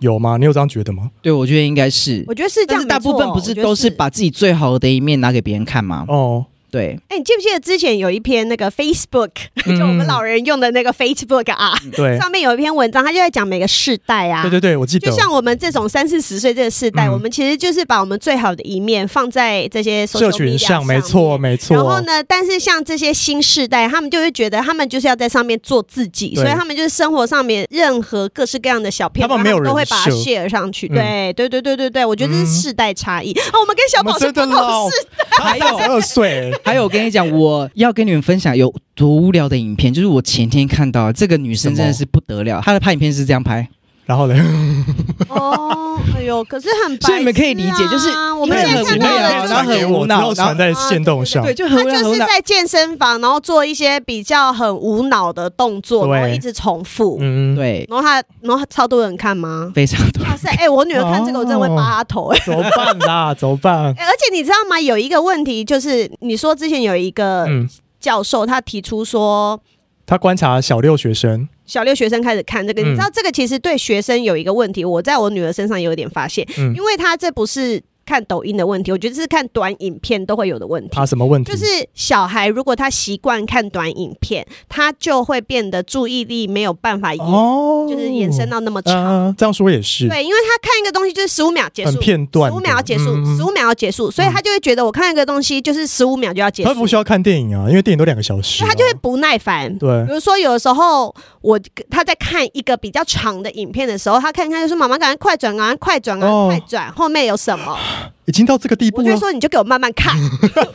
[SPEAKER 2] 有吗？你有这样觉得吗？
[SPEAKER 3] 对，我觉得应该是
[SPEAKER 1] 我。觉得是这
[SPEAKER 3] 但
[SPEAKER 1] 样
[SPEAKER 3] 是
[SPEAKER 1] 没错，
[SPEAKER 3] 大部分不
[SPEAKER 1] 我
[SPEAKER 3] 是
[SPEAKER 1] 觉得
[SPEAKER 3] 都是。把自己最好的一面拿给别人看吗？
[SPEAKER 1] 嗯
[SPEAKER 2] 哦，
[SPEAKER 3] 对，
[SPEAKER 1] 哎，你记不记得之前有一篇那个 Facebook， [LAUGHS]
[SPEAKER 2] 嗯
[SPEAKER 1] 就我们老人用的那个 Facebook 啊，
[SPEAKER 2] 对，
[SPEAKER 1] 上面有一篇文章，他就在讲每个世代啊，
[SPEAKER 2] 对对对，我记得
[SPEAKER 1] 就，像我们这种三四十岁这个世代，
[SPEAKER 2] 嗯
[SPEAKER 1] 我们其实就是把我们最好的一面放在这些
[SPEAKER 2] 社
[SPEAKER 1] social
[SPEAKER 2] 群
[SPEAKER 1] media
[SPEAKER 2] 上，
[SPEAKER 1] 上，
[SPEAKER 2] 没错。没错。
[SPEAKER 1] 然后呢？但是像这些新世代，他们就会觉得他们就是要在上面做自己，
[SPEAKER 2] 对
[SPEAKER 1] 所以他们就是生活上面任何各式各样的小片
[SPEAKER 2] 他
[SPEAKER 1] 段，
[SPEAKER 2] 们没有
[SPEAKER 1] 都会
[SPEAKER 2] 人
[SPEAKER 1] 把它
[SPEAKER 2] 设
[SPEAKER 1] share 上去。
[SPEAKER 2] 嗯
[SPEAKER 1] 对对对对对对，我觉得这
[SPEAKER 2] 嗯
[SPEAKER 1] 是世代差异。啊，我们跟小
[SPEAKER 2] 我们
[SPEAKER 1] 宝是
[SPEAKER 2] 真
[SPEAKER 1] 不同
[SPEAKER 2] 的老哎
[SPEAKER 1] 世，
[SPEAKER 2] 还有二岁，
[SPEAKER 3] 还有，我跟你讲，我要跟你们分享有多无聊的影片，就是我前天看到这个女生真的是不得了，她的拍影片是这样拍，
[SPEAKER 2] 然后呢？
[SPEAKER 1] 哦，哎呦，可是很白痴啊，
[SPEAKER 3] 所以你们可以理解就是
[SPEAKER 1] 我们
[SPEAKER 3] 因
[SPEAKER 1] 现在
[SPEAKER 2] [LAUGHS]
[SPEAKER 3] 为很
[SPEAKER 1] 看
[SPEAKER 3] 无
[SPEAKER 1] 到
[SPEAKER 3] 聊
[SPEAKER 1] 的
[SPEAKER 3] 然后很无脑
[SPEAKER 2] 然后传在线动上
[SPEAKER 3] 对，，就很
[SPEAKER 1] 他
[SPEAKER 3] 无聊，很
[SPEAKER 1] 就
[SPEAKER 3] 无
[SPEAKER 1] 是
[SPEAKER 3] 聊。
[SPEAKER 1] 在健身房，然后做一些比较很无脑的动作，
[SPEAKER 2] 对
[SPEAKER 1] 然后一直重复。
[SPEAKER 2] 嗯，
[SPEAKER 3] 对，
[SPEAKER 1] 然后他，然后超多人看吗？
[SPEAKER 3] 非常多。
[SPEAKER 1] 哇塞！哎、我女儿看这个，我真的会
[SPEAKER 3] 哦
[SPEAKER 1] 扒她头、哎
[SPEAKER 2] 怎么办啦？怎么办？
[SPEAKER 1] 哎而且你知道吗？有一个问题就是，你说之前有一个
[SPEAKER 2] 嗯，
[SPEAKER 1] 教授，他提出说，
[SPEAKER 2] 他观察小六学生，
[SPEAKER 1] 小六学生开始看这个，你
[SPEAKER 2] 嗯
[SPEAKER 1] 知道这个其实对学生有一个问题，我在我女儿身上有一点发现，
[SPEAKER 2] 嗯
[SPEAKER 1] 因为她这不是看抖音的问题，我觉得是看短影片都会有的问题
[SPEAKER 2] 他。什么问题？
[SPEAKER 1] 就是小孩如果他习惯看短影片，他就会变得注意力没有办法延，
[SPEAKER 2] 哦，
[SPEAKER 1] 就是延伸到那么长。
[SPEAKER 2] 嗯，这样说也是，
[SPEAKER 1] 对，因为他看一个东西就是十五秒结
[SPEAKER 2] 很
[SPEAKER 1] 束，
[SPEAKER 2] 片
[SPEAKER 1] 十
[SPEAKER 2] 段的，
[SPEAKER 1] 五秒结束，
[SPEAKER 2] 嗯
[SPEAKER 1] 十五、秒要结束，所以他就会觉得我看一个东西就是十五秒就要结束，
[SPEAKER 2] 他不需要看电影啊，因为电影都两个小时
[SPEAKER 1] 所以
[SPEAKER 2] 啊，
[SPEAKER 1] 他就会不耐烦。
[SPEAKER 2] 对
[SPEAKER 1] 比，如说，有的时候我他在看一个比较长的影片的时候，他看一看就说：“妈妈，赶快快转，赶快快转，赶
[SPEAKER 2] 哦
[SPEAKER 1] 快快转，后面有什么
[SPEAKER 2] 已经到这个地？”步
[SPEAKER 1] 我就会
[SPEAKER 2] 了。
[SPEAKER 1] 说：“你就给我慢慢
[SPEAKER 2] [LAUGHS]
[SPEAKER 1] 看。” [LAUGHS]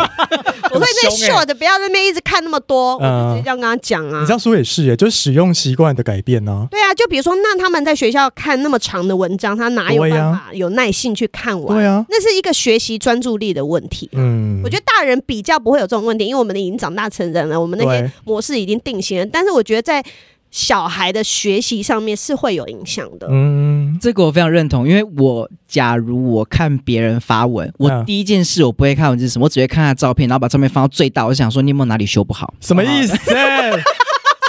[SPEAKER 1] 我会被
[SPEAKER 2] 凶欸
[SPEAKER 1] 秀的，不要在那边一直看那么多，我就
[SPEAKER 2] 嗯
[SPEAKER 1] 直接这样跟他讲啊
[SPEAKER 2] 你这。样说也是耶，就是使用习惯的改变呢。
[SPEAKER 1] 对啊，就比如说，那他们在学校看那么长的文章，他哪有
[SPEAKER 2] 对
[SPEAKER 1] 办
[SPEAKER 2] 呀
[SPEAKER 1] 法有耐性去看完？
[SPEAKER 2] 啊对啊，
[SPEAKER 1] 那是一个学习专注力的问题。
[SPEAKER 2] 嗯，
[SPEAKER 1] 我觉得大人比较不会有这种问题，因为我们已经长大成人了，我们那些
[SPEAKER 2] 对
[SPEAKER 1] 模式已经定型了。但是我觉得在小孩的学习上面是会有影响的。
[SPEAKER 2] 嗯，
[SPEAKER 3] 这个我非常认同，因为我假如我看别人发文，我
[SPEAKER 2] 嗯
[SPEAKER 3] 第一件事我不会看文字是什么，我只会看他的照片，然后把照片放到最大，我就想说你有没有哪里修不好？
[SPEAKER 2] 什
[SPEAKER 1] [LAUGHS]
[SPEAKER 2] 么意思？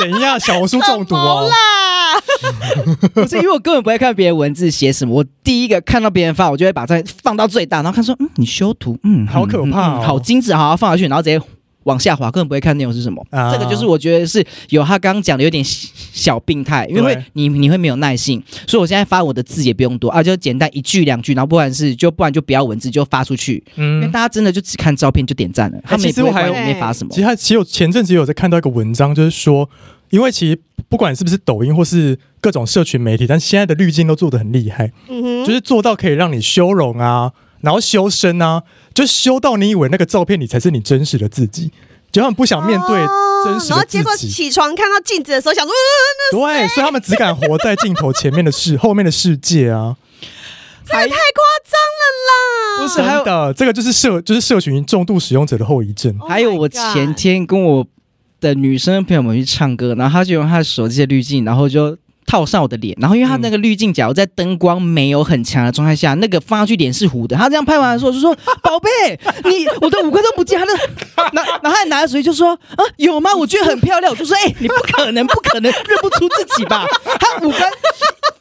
[SPEAKER 2] 怎样？小红书中毒
[SPEAKER 1] 怎么
[SPEAKER 2] 哦？
[SPEAKER 1] 啦？
[SPEAKER 3] 不是因为我根本不会看别人文字写什么，我第一个看到别人发，我就会把它放到最大，然后看说，嗯，你修图，嗯，
[SPEAKER 2] 好可怕哦
[SPEAKER 3] 嗯嗯好精致，好好放下去，然后直接往下滑，根本不会看内容是什么。
[SPEAKER 2] 啊
[SPEAKER 3] 这个就是我觉得是有他刚刚讲的有点小小病态，因为会
[SPEAKER 2] 对
[SPEAKER 3] 你你会没有耐性，所以我现在发我的字也不用多啊，就简单一句两句，然后不然是就不然就不要文字就发出去，因为
[SPEAKER 2] 嗯。哎
[SPEAKER 3] 大家真的就只看照片就点赞了，他们也
[SPEAKER 2] 其实
[SPEAKER 3] 不会
[SPEAKER 2] 我还
[SPEAKER 3] 管
[SPEAKER 1] 有
[SPEAKER 3] 我没发什么
[SPEAKER 2] 其。实还其实有前阵子有在看到一个文章，就是说，因为其实不管是不是抖音或是各种社群媒体，但现在的滤镜都做的很厉害，
[SPEAKER 1] 嗯哼，
[SPEAKER 2] 就是做到可以让你修容啊，然后修身啊，就修到你以为那个照片里才是你真实的自己，就他们不想面对
[SPEAKER 1] 哦
[SPEAKER 2] 真实
[SPEAKER 1] 然后
[SPEAKER 2] 的
[SPEAKER 1] 结果
[SPEAKER 2] 自己。
[SPEAKER 1] 起床看到镜子的时候，想说，呃
[SPEAKER 2] 对，所以他们只敢活在镜头前面的
[SPEAKER 1] [LAUGHS]
[SPEAKER 2] 世，后面的世界啊。
[SPEAKER 1] 这个太夸张了啦！
[SPEAKER 3] 不是还有
[SPEAKER 2] 真的，这个就是社就是社群重度使用者的后遗症。
[SPEAKER 1] Oh
[SPEAKER 3] 还有
[SPEAKER 1] my
[SPEAKER 3] 我
[SPEAKER 1] God
[SPEAKER 3] 前天跟我的女生朋友们去唱歌，然后她就用她的手机的滤镜，然后就套上我的脸，然后因为
[SPEAKER 2] 嗯
[SPEAKER 3] 她那个滤镜，假如在灯光没有很强的状态下，那个放上去脸是糊的。她这样拍完的时候就说：“宝贝，你我的五官都不见。”她就拿，然后还拿着手机就说：“啊，有吗？我觉得很漂亮。”我就说：“哎、你不可能，不可能认不出自己吧？她五官。”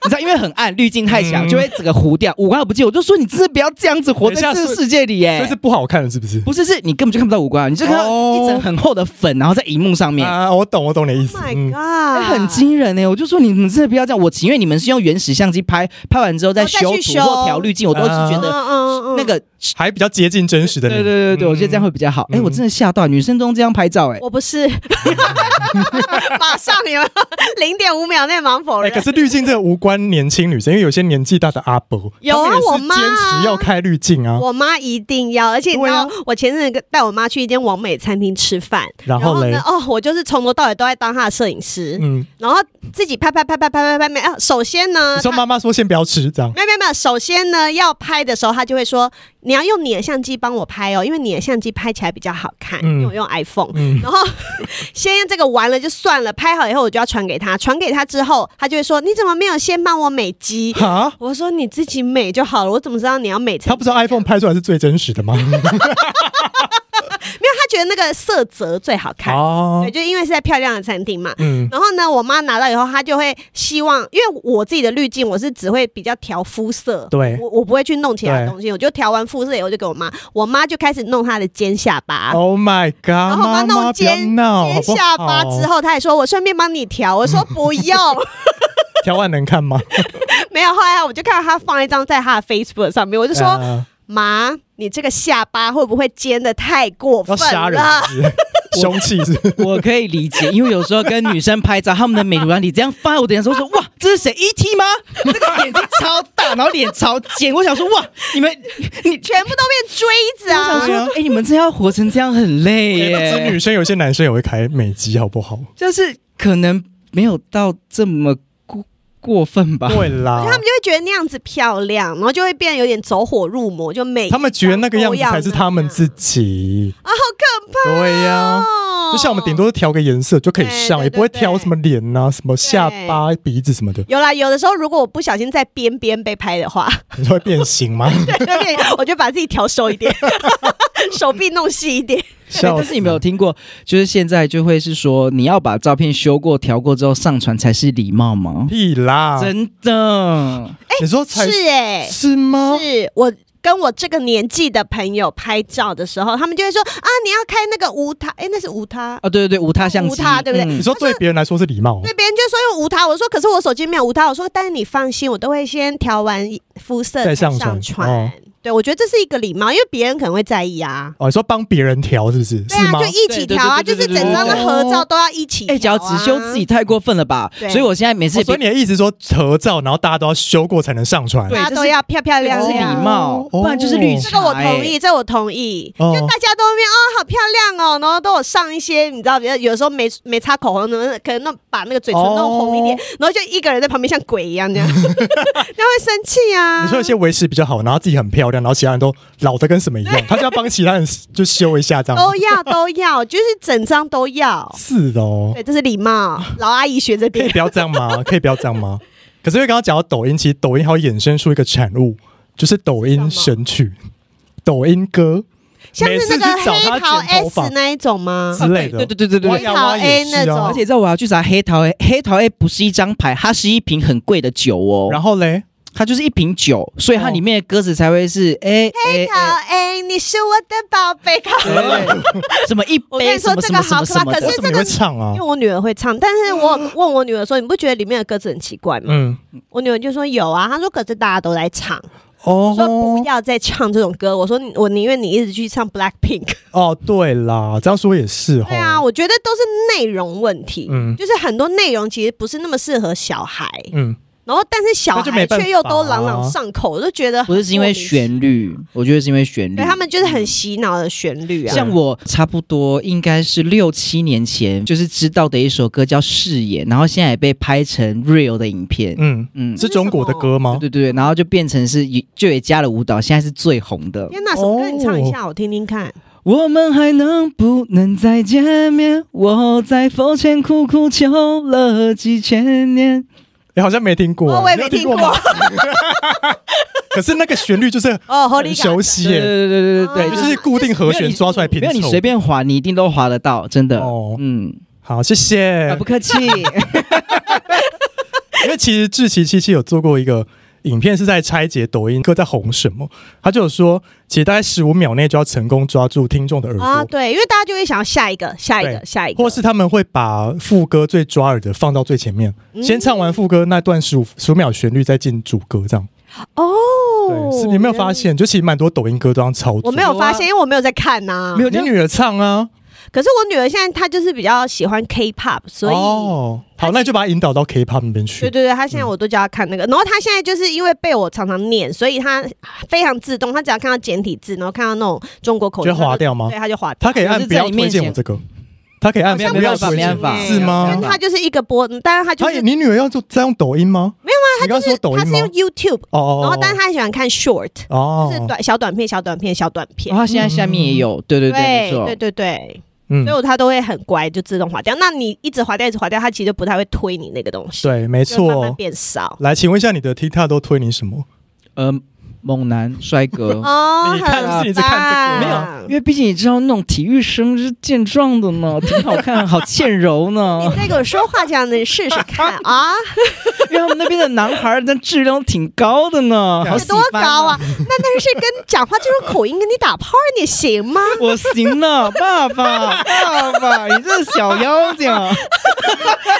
[SPEAKER 3] 你知道，因为很暗，滤镜太强，
[SPEAKER 2] 嗯
[SPEAKER 3] 就会整个糊掉，五官不见。我就说，你真的不要这样子活在
[SPEAKER 2] 等一下
[SPEAKER 3] 这个
[SPEAKER 2] 是
[SPEAKER 3] 世界里耶、
[SPEAKER 2] 所以是不好看的，是不是？
[SPEAKER 3] 不是，是你根本就看不到五官啊，你就看到一层很厚的粉，然后在荧幕上面。
[SPEAKER 2] 啊，我懂，我懂你的意
[SPEAKER 1] Oh
[SPEAKER 2] 思。
[SPEAKER 1] my
[SPEAKER 2] 嗯
[SPEAKER 1] god，
[SPEAKER 3] 哎很惊人呢、我就说你们真的不要这样，我情愿你们是用原始相机拍，拍完之后再
[SPEAKER 1] 哦再去
[SPEAKER 3] 修啊图
[SPEAKER 1] 修
[SPEAKER 3] 或调滤镜，我都是觉
[SPEAKER 1] 嗯
[SPEAKER 3] 得
[SPEAKER 1] 嗯嗯，
[SPEAKER 3] 那个，
[SPEAKER 2] 还比较接近真实的
[SPEAKER 3] 对
[SPEAKER 2] 你。
[SPEAKER 3] 对对对，我觉得这样会比较好。哎，我真的吓到，女生都这样拍照，哎，
[SPEAKER 1] 我不
[SPEAKER 3] [LAUGHS]
[SPEAKER 1] 是，马上有 [LAUGHS] 零点五秒内忙否
[SPEAKER 2] 哎、
[SPEAKER 1] 认
[SPEAKER 2] 可。是滤镜这个无关年轻女生，因为有些年纪大的阿伯，
[SPEAKER 1] 有啊
[SPEAKER 2] 他们也是
[SPEAKER 1] 我妈
[SPEAKER 2] 坚持要开滤镜啊。
[SPEAKER 1] 我妈一定要，而且你知道，我前阵子跟带我妈去一间完美餐厅吃饭，
[SPEAKER 2] 然后嘞
[SPEAKER 1] 呢，，哦，我就是从头到尾都在当她的摄影师，
[SPEAKER 2] 嗯，
[SPEAKER 1] 然后自己拍拍拍拍拍拍拍没啊。首先呢
[SPEAKER 2] 你，说
[SPEAKER 1] 她
[SPEAKER 2] 妈妈说先不要吃这样，
[SPEAKER 1] 没有没有没有，首先呢，要拍的时候，她就会说你要用你的相机帮我拍哦，因为你的相机拍起来比较好看，
[SPEAKER 2] 嗯
[SPEAKER 1] 因为我用 iPhone。
[SPEAKER 2] 嗯，
[SPEAKER 1] 然后先这个完了就算了，拍好以后我就要传给她，传给她之后，她就会说你怎么没有先帮我美肌？
[SPEAKER 2] 哈，
[SPEAKER 1] 我说你自己美就好了，我怎么知道你要美成这
[SPEAKER 2] 啊他
[SPEAKER 1] 样？
[SPEAKER 2] 不知道 iPhone 拍出来是最真实的吗？
[SPEAKER 1] 没有，他觉得那个色泽最 [LAUGHS] 好看。
[SPEAKER 2] 哦
[SPEAKER 1] 对，，就因为是在漂亮的餐厅嘛。
[SPEAKER 2] [LAUGHS] 嗯，
[SPEAKER 1] 然后呢，我妈拿到以后，她就会希望，因为我自己的滤镜我是只会比较调肤色，
[SPEAKER 2] 对
[SPEAKER 1] 我我不会去弄其他
[SPEAKER 2] 对
[SPEAKER 1] 东西，我就调完肤色以后就给我妈，我妈就开始弄她的尖下巴。
[SPEAKER 2] Oh my god！
[SPEAKER 1] 然后
[SPEAKER 2] 妈
[SPEAKER 1] 妈弄
[SPEAKER 2] 妈不要
[SPEAKER 1] 尖
[SPEAKER 2] 闹，
[SPEAKER 1] 尖
[SPEAKER 2] 好不好
[SPEAKER 1] 下巴之，后，她还说：“我顺便帮你调。”我说：“不用。
[SPEAKER 2] [LAUGHS] 条案能看吗？”
[SPEAKER 1] [LAUGHS] 没有。后来我就看到她放一张在她的 Facebook 上面， [LAUGHS] 我就说：“
[SPEAKER 2] [LAUGHS] 啊
[SPEAKER 1] 妈，你这个下巴会不会尖的太过
[SPEAKER 2] 要
[SPEAKER 1] 分
[SPEAKER 2] 杀人
[SPEAKER 1] 了？”
[SPEAKER 2] 是不
[SPEAKER 1] [LAUGHS]
[SPEAKER 2] 是凶器是不是
[SPEAKER 3] 我可以理解，因为有时候跟女生拍照，她们的美图软体这样放在我的脸上，我说哇，这是谁 ET 吗？那个眼睛超大，然后脸超尖，我想说哇，你们你。
[SPEAKER 1] 全部都变锥子
[SPEAKER 3] 我想
[SPEAKER 1] 啊！
[SPEAKER 3] 说，哎、你们这样活成这样很累
[SPEAKER 2] 哎
[SPEAKER 3] 耶。
[SPEAKER 2] 不止女生，有些男生也会开美肌，好不好？
[SPEAKER 3] 就是可能没有到这么过过分吧。
[SPEAKER 2] 对啦
[SPEAKER 1] 哎他，们就会觉得那样子漂亮，然后就会变得有点走火入魔，就每
[SPEAKER 2] 他们觉得那个样子才是他们自己。
[SPEAKER 1] 啊，好可怕、哦！
[SPEAKER 2] 对呀，就像我们顶多调个颜色就可以
[SPEAKER 1] 对
[SPEAKER 2] 上，
[SPEAKER 1] 对
[SPEAKER 2] 也不会
[SPEAKER 1] 对
[SPEAKER 2] 挑什么脸呐、什么下巴、鼻子什么的，
[SPEAKER 1] 有啦，有的时候如果我不小心在边边被拍的话， [LAUGHS]
[SPEAKER 2] 你说会变形吗？
[SPEAKER 1] 对对对，我就把自己调瘦一点， [LAUGHS] 手臂弄细一点。
[SPEAKER 3] [LAUGHS] 哎
[SPEAKER 2] 笑
[SPEAKER 3] 但
[SPEAKER 2] 死
[SPEAKER 3] 是你没有听过，就是现在就会是说，你要把照片修过、调过之后上传才是礼貌吗？
[SPEAKER 2] 屁啦！
[SPEAKER 3] 真的，
[SPEAKER 2] 你说才
[SPEAKER 1] 是哎、
[SPEAKER 2] 是吗？
[SPEAKER 1] 是我。跟我这个年纪的朋友拍照的时候，他们就会说啊，你要开那个无他，哎、那是无他，
[SPEAKER 3] 哦，对对对，无他相机，
[SPEAKER 1] 无他对不对
[SPEAKER 2] 你
[SPEAKER 3] 嗯
[SPEAKER 2] 说对别人来说是礼貌，
[SPEAKER 1] 对，别人就说用无他，我说可是我手机没有无他，我说但是你放心，我都会先调完肤色才
[SPEAKER 2] 再上
[SPEAKER 1] 上
[SPEAKER 2] 传哦
[SPEAKER 1] 对，我觉得这是一个礼貌，因为别人可能会在意啊。
[SPEAKER 2] 哦，你说帮别人调是不是？
[SPEAKER 1] 对
[SPEAKER 2] 是
[SPEAKER 1] 啊，
[SPEAKER 2] 吗
[SPEAKER 1] 就？一起
[SPEAKER 3] 对对
[SPEAKER 1] 调啊，
[SPEAKER 3] 对
[SPEAKER 1] 就
[SPEAKER 3] 对
[SPEAKER 1] 是
[SPEAKER 3] 对
[SPEAKER 1] 整
[SPEAKER 3] 对
[SPEAKER 1] 张的
[SPEAKER 2] 对
[SPEAKER 1] 合照都要一起。
[SPEAKER 3] 哎，脚趾修自己，太过分了吧？
[SPEAKER 1] 啊对
[SPEAKER 3] 所以我现在每次
[SPEAKER 2] 哦所以你的意思说合照，然后大家都要修过才能上传？
[SPEAKER 3] 对
[SPEAKER 1] 大
[SPEAKER 3] 这
[SPEAKER 1] 家都
[SPEAKER 3] 是
[SPEAKER 1] 要漂漂
[SPEAKER 3] 这
[SPEAKER 1] 亮
[SPEAKER 3] 是礼
[SPEAKER 1] 亮。
[SPEAKER 3] 貌，不然就是绿茶。
[SPEAKER 1] 哦这个我同
[SPEAKER 3] 哎
[SPEAKER 1] 意，。这我同意。
[SPEAKER 2] 哦
[SPEAKER 1] 就大家都在那边哦，好漂亮哦，然后都有上一些，你知道，比如有时候没没擦口红，能可能弄把那个嘴唇弄红一点，然后就一个人在旁边像鬼一样这样，那会生气啊。
[SPEAKER 2] 你说有些维持比较好，然后自己很漂亮，然后其他人都老的跟什么一样，他就要帮其他人就修一下这样吗
[SPEAKER 1] [LAUGHS] 都。要都要，就是整张都要。
[SPEAKER 2] 是的哦，
[SPEAKER 1] 对，这是礼貌，老阿姨学着
[SPEAKER 2] 可以 [LAUGHS]
[SPEAKER 1] 点。
[SPEAKER 2] 不要这
[SPEAKER 1] [LAUGHS]
[SPEAKER 2] 样吗？可以不要这样吗？可是因为刚刚讲到抖音，其实抖音还有衍生出一个产物，就是抖音神曲、
[SPEAKER 1] 哦
[SPEAKER 2] 抖音歌，
[SPEAKER 1] 像是那
[SPEAKER 2] 每次去找
[SPEAKER 1] 个黑
[SPEAKER 2] 他
[SPEAKER 1] 桃
[SPEAKER 2] 剪头发
[SPEAKER 1] S 那一种吗？
[SPEAKER 2] 之类的
[SPEAKER 3] 哎对对对对对
[SPEAKER 2] 挖
[SPEAKER 3] 对。
[SPEAKER 2] 呀挖也是
[SPEAKER 1] 黑桃 A 那
[SPEAKER 2] 啊
[SPEAKER 1] 种
[SPEAKER 3] 而且在我要去查黑桃 A，黑桃 A 不是一张牌，它是一瓶很贵的酒哦。
[SPEAKER 2] 然后嘞，
[SPEAKER 3] 它就是一瓶酒，所以它
[SPEAKER 2] 哦
[SPEAKER 3] 里面的歌词才会是哎哎
[SPEAKER 1] 靠哎，你是我的宝贝，靠。
[SPEAKER 2] 哦
[SPEAKER 3] 哎，什么一
[SPEAKER 1] 我跟
[SPEAKER 3] 杯
[SPEAKER 1] 你
[SPEAKER 3] 什
[SPEAKER 1] 说
[SPEAKER 3] 么
[SPEAKER 1] 这
[SPEAKER 3] 什
[SPEAKER 1] 个
[SPEAKER 3] 么什
[SPEAKER 1] 好可
[SPEAKER 3] 么什
[SPEAKER 1] 怕，
[SPEAKER 3] 么
[SPEAKER 1] 可
[SPEAKER 3] 的，
[SPEAKER 2] 为
[SPEAKER 1] 是这
[SPEAKER 2] 什么你会
[SPEAKER 1] 个
[SPEAKER 2] 唱啊
[SPEAKER 1] 因为？我女儿会唱，但是
[SPEAKER 3] [LAUGHS]
[SPEAKER 1] 我问我女儿说：“你不觉得里面的歌词很奇怪吗
[SPEAKER 2] 嗯，？”
[SPEAKER 1] 我女儿就说：“有啊。”她说：“可是大家都在唱，
[SPEAKER 2] 哦，
[SPEAKER 1] 说不要再唱这种歌。”我说：“我宁愿你一直去唱 Black Pink。
[SPEAKER 2] 哦，对啦，这样说也是”哦哈。
[SPEAKER 1] 对啊，，我觉得都是内容问题，
[SPEAKER 2] 嗯
[SPEAKER 1] 就是很多内容其实不是那么适合小孩，
[SPEAKER 2] 嗯，
[SPEAKER 1] 然后但是小
[SPEAKER 2] 那就没
[SPEAKER 1] 孩
[SPEAKER 2] 办法啊
[SPEAKER 1] 却又都朗朗上口，我就觉得很
[SPEAKER 3] 不是是因为旋律，我觉得是因为旋律。
[SPEAKER 1] 对他们就是很洗脑的旋律啊。
[SPEAKER 3] 像我差不多应该是六七年前就是知道的一首歌叫《誓言》，然后现在也被拍成 real 的影片。
[SPEAKER 2] 嗯，
[SPEAKER 3] 嗯，
[SPEAKER 1] 这
[SPEAKER 2] 是
[SPEAKER 1] 是
[SPEAKER 2] 中国的歌吗？
[SPEAKER 3] 对对对，然后就变成是就也加了舞蹈，现在是最红的。
[SPEAKER 1] 天哪，什么
[SPEAKER 2] 哦
[SPEAKER 1] 歌？你唱一下我听听看。
[SPEAKER 3] 我们还能不能再见面？我在佛前苦苦求了几千年。
[SPEAKER 2] 你好像没听过，
[SPEAKER 1] 哦我也
[SPEAKER 2] 你有
[SPEAKER 1] 没听
[SPEAKER 2] 过
[SPEAKER 1] 过
[SPEAKER 2] 吗。 [LAUGHS] 可是那个旋律就是
[SPEAKER 1] 哦
[SPEAKER 2] 很
[SPEAKER 1] ，Holy
[SPEAKER 2] 熟
[SPEAKER 1] God，
[SPEAKER 2] 悉
[SPEAKER 3] 对
[SPEAKER 2] 耶，
[SPEAKER 3] 对对对
[SPEAKER 1] 哦
[SPEAKER 3] 对
[SPEAKER 2] 就
[SPEAKER 3] 对，
[SPEAKER 2] 是固定和弦抓出来拼
[SPEAKER 3] 没有你
[SPEAKER 2] 凑
[SPEAKER 3] 随。便滑，你一定都滑得到，真的。
[SPEAKER 2] 哦
[SPEAKER 3] 嗯，
[SPEAKER 2] 好，谢
[SPEAKER 3] 啊
[SPEAKER 2] 谢
[SPEAKER 3] 不。
[SPEAKER 1] [LAUGHS]
[SPEAKER 3] 客气。
[SPEAKER 2] 因为其实志奇七七有做过一个影片，是在拆解抖音歌在红什么。他就有说，其实大概十五秒内就要成功抓住听众的耳
[SPEAKER 1] 啊，
[SPEAKER 2] 朵，
[SPEAKER 1] 对，因为大家就会想要下一个、下一个、
[SPEAKER 2] 对
[SPEAKER 1] 下一个，
[SPEAKER 2] 或是他们会把副歌最抓耳的放到最前面，
[SPEAKER 1] 嗯
[SPEAKER 2] 先唱完副歌那段十五十秒旋律，再进主歌这样。
[SPEAKER 1] 哦，
[SPEAKER 2] 对，是你有没有发？现？就其实蛮多抖音歌都这样操作。
[SPEAKER 1] 我没有
[SPEAKER 3] 啊
[SPEAKER 1] 发现，因为我没有在看呐、
[SPEAKER 2] 没有，你女儿唱啊。
[SPEAKER 1] 可是我女儿现在她就是比较喜欢 K-pop，所以、
[SPEAKER 2] 哦，嗯
[SPEAKER 1] 她
[SPEAKER 2] 好，那就把它引导到 K-pop 那边去。
[SPEAKER 1] 对对对，她现在我都叫她看那个。然后她现在就是因为被我常常念，所以她非常自动，她只要看到简体字，然后看到那种中国口音，
[SPEAKER 2] 就划
[SPEAKER 1] 她
[SPEAKER 2] 掉吗
[SPEAKER 1] 对，她就划掉。
[SPEAKER 2] 他可以按不要推荐我这个，他可以按
[SPEAKER 1] 好
[SPEAKER 2] 不
[SPEAKER 1] 像
[SPEAKER 2] 要
[SPEAKER 1] 不行
[SPEAKER 2] 推荐
[SPEAKER 1] 欸
[SPEAKER 2] 是吗
[SPEAKER 1] 因为她就是一个播，但是她就
[SPEAKER 2] 他
[SPEAKER 1] 是
[SPEAKER 2] 你女儿要做在用抖音吗？没有啊，你刚刚说抖
[SPEAKER 1] 她
[SPEAKER 2] 音
[SPEAKER 1] 是
[SPEAKER 2] 吗
[SPEAKER 1] 用？YouTube，
[SPEAKER 2] 哦哦，哦
[SPEAKER 1] 然后但是她很喜欢看 short，
[SPEAKER 2] 哦，啊
[SPEAKER 1] 就是短小短片、小短片、小短片
[SPEAKER 3] 然。后现在下面也有，对对对，没错
[SPEAKER 1] 嗯对。对对，
[SPEAKER 2] 嗯
[SPEAKER 1] 所以我它都会很乖，就自动划掉。那你一直划掉，一直划掉，它其实就不太会推你那个东西，
[SPEAKER 2] 对，没
[SPEAKER 1] 没慢慢
[SPEAKER 2] 错。
[SPEAKER 1] 变少。
[SPEAKER 2] 来，请问一下，你的 TikTok 都推你
[SPEAKER 1] [LAUGHS]
[SPEAKER 2] 什么？
[SPEAKER 3] 呃，猛男帅哥。
[SPEAKER 1] 哦，
[SPEAKER 2] 嗯你看
[SPEAKER 1] 很
[SPEAKER 2] 是你在看这个
[SPEAKER 1] 棒
[SPEAKER 3] 因为毕竟你知道，那种体育生是健壮的
[SPEAKER 1] [LAUGHS]
[SPEAKER 3] 呢，挺好看，好欠柔呢
[SPEAKER 1] 你。再给我说话这样的，你试试看
[SPEAKER 2] [LAUGHS]
[SPEAKER 1] 啊，
[SPEAKER 3] 因为他们那边的男孩儿，那质量挺高的呢，好
[SPEAKER 1] 有
[SPEAKER 3] 喜
[SPEAKER 1] 多
[SPEAKER 3] 欢
[SPEAKER 1] 高啊？！那但是跟讲话这种口音跟你打炮，你行吗？
[SPEAKER 3] 我行了，爸爸，爸爸，你这小
[SPEAKER 1] [LAUGHS]
[SPEAKER 3] 妖精！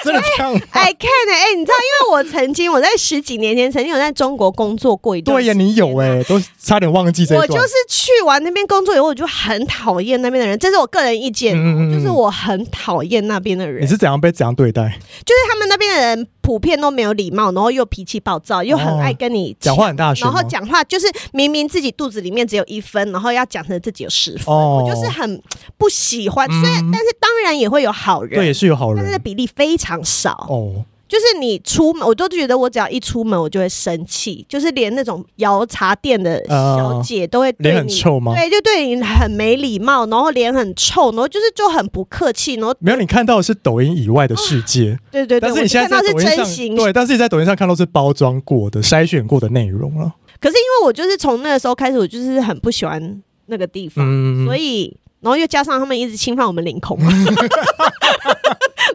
[SPEAKER 2] 真的这样？
[SPEAKER 1] 哎，看呢，哎，你知道，因为我曾经我在十几年前曾经有在中国工作过一段
[SPEAKER 2] 对
[SPEAKER 1] 时
[SPEAKER 2] 呀，
[SPEAKER 1] 间，
[SPEAKER 2] 你有哎，都差点忘记这
[SPEAKER 1] 我
[SPEAKER 2] 一段
[SPEAKER 1] 就。是去完那边工作以后，我就很讨厌那边的人，这是我个人意见，
[SPEAKER 2] 嗯嗯嗯
[SPEAKER 1] 就是我很讨厌那边的人
[SPEAKER 2] 你。是怎样被怎样对待？
[SPEAKER 1] 就是他们那边的人普遍都没有礼貌，然后又脾气暴躁，又很爱跟你
[SPEAKER 2] 哦讲话，很大声
[SPEAKER 1] 然
[SPEAKER 2] 吗，
[SPEAKER 1] 后讲话就是明明自己肚子里面只有一分，然后要讲成自己有十分，
[SPEAKER 2] 哦
[SPEAKER 1] 我就是很不喜欢。
[SPEAKER 2] 嗯
[SPEAKER 1] 虽然但是当然也会有好
[SPEAKER 2] 对，也
[SPEAKER 1] 人。
[SPEAKER 2] 是有好
[SPEAKER 1] 但是
[SPEAKER 2] 人
[SPEAKER 1] 比例非常少，
[SPEAKER 2] 哦。
[SPEAKER 1] 就是你出门，我都觉得我只要一出门，我就会生气，就是连那种摇茶店的小姐都会对
[SPEAKER 2] 哦脸
[SPEAKER 1] 你，
[SPEAKER 2] 很臭啊吗？
[SPEAKER 1] 对，就对你很没礼貌，然后脸很臭，然后就是就很不客气，然后
[SPEAKER 2] 没有，你看到的是抖音以外的世界，
[SPEAKER 1] 对对对，
[SPEAKER 2] 但是
[SPEAKER 1] 我
[SPEAKER 2] 你
[SPEAKER 1] 就
[SPEAKER 2] 现在
[SPEAKER 1] 看到
[SPEAKER 2] 在
[SPEAKER 1] 是
[SPEAKER 2] 抖音
[SPEAKER 1] 真
[SPEAKER 2] 上，
[SPEAKER 1] 形
[SPEAKER 2] 对，但是你在抖音上看到是包装过的、筛选过的内容了。
[SPEAKER 1] 可是因为我就是从那个时候开始，我就是很不喜欢那个地方，
[SPEAKER 2] 嗯，
[SPEAKER 1] 所以然后又加上他们一直侵犯我们领
[SPEAKER 2] [LAUGHS]
[SPEAKER 1] 空嘛， [LAUGHS]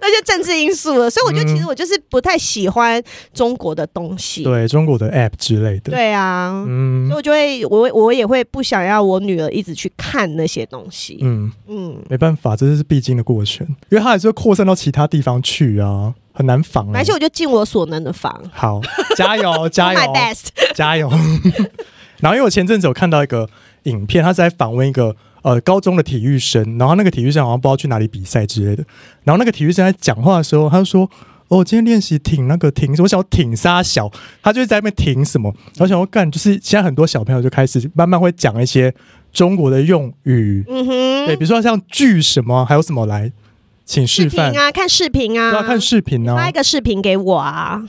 [SPEAKER 1] 那就政治因素了。所以我就
[SPEAKER 2] 嗯
[SPEAKER 1] 其实我就是不太喜欢中国的东西，
[SPEAKER 2] 对中国的 App 之类的，，
[SPEAKER 1] 对啊，
[SPEAKER 2] 嗯
[SPEAKER 1] 所以我就会我我也会不想要我女儿一直去看那些东西，
[SPEAKER 2] 嗯，
[SPEAKER 1] 嗯。
[SPEAKER 2] 没办法，这是必经的过程，因为它还是会扩散到其他地方去啊，很难防、欸
[SPEAKER 1] 而且。我就尽我所能的防
[SPEAKER 2] 好，加
[SPEAKER 1] [LAUGHS]
[SPEAKER 2] 油，加
[SPEAKER 1] Do
[SPEAKER 2] 油
[SPEAKER 1] ，My，best。
[SPEAKER 2] 加油。 [LAUGHS] 然后因为我前阵子有看到一个影片，他是在访问一个呃高中的体育生，然后那个体育生好像不知道去哪里比赛之类的，然后那个体育生在讲话的时候，他就说。哦，今天练习挺那个挺，我想要挺沙小，他就是在那边挺什么，然后想要干，就是现在很多小朋友就开始慢慢会讲一些中国的用语，
[SPEAKER 1] 嗯哼，
[SPEAKER 2] 对，比如说像句什么，还有什么来，请示
[SPEAKER 1] 视频
[SPEAKER 2] 范，
[SPEAKER 1] 啊，看视频
[SPEAKER 2] 对
[SPEAKER 1] 啊，
[SPEAKER 2] 啊，看视频
[SPEAKER 1] 发
[SPEAKER 2] 啊
[SPEAKER 1] 一，个视频给我啊，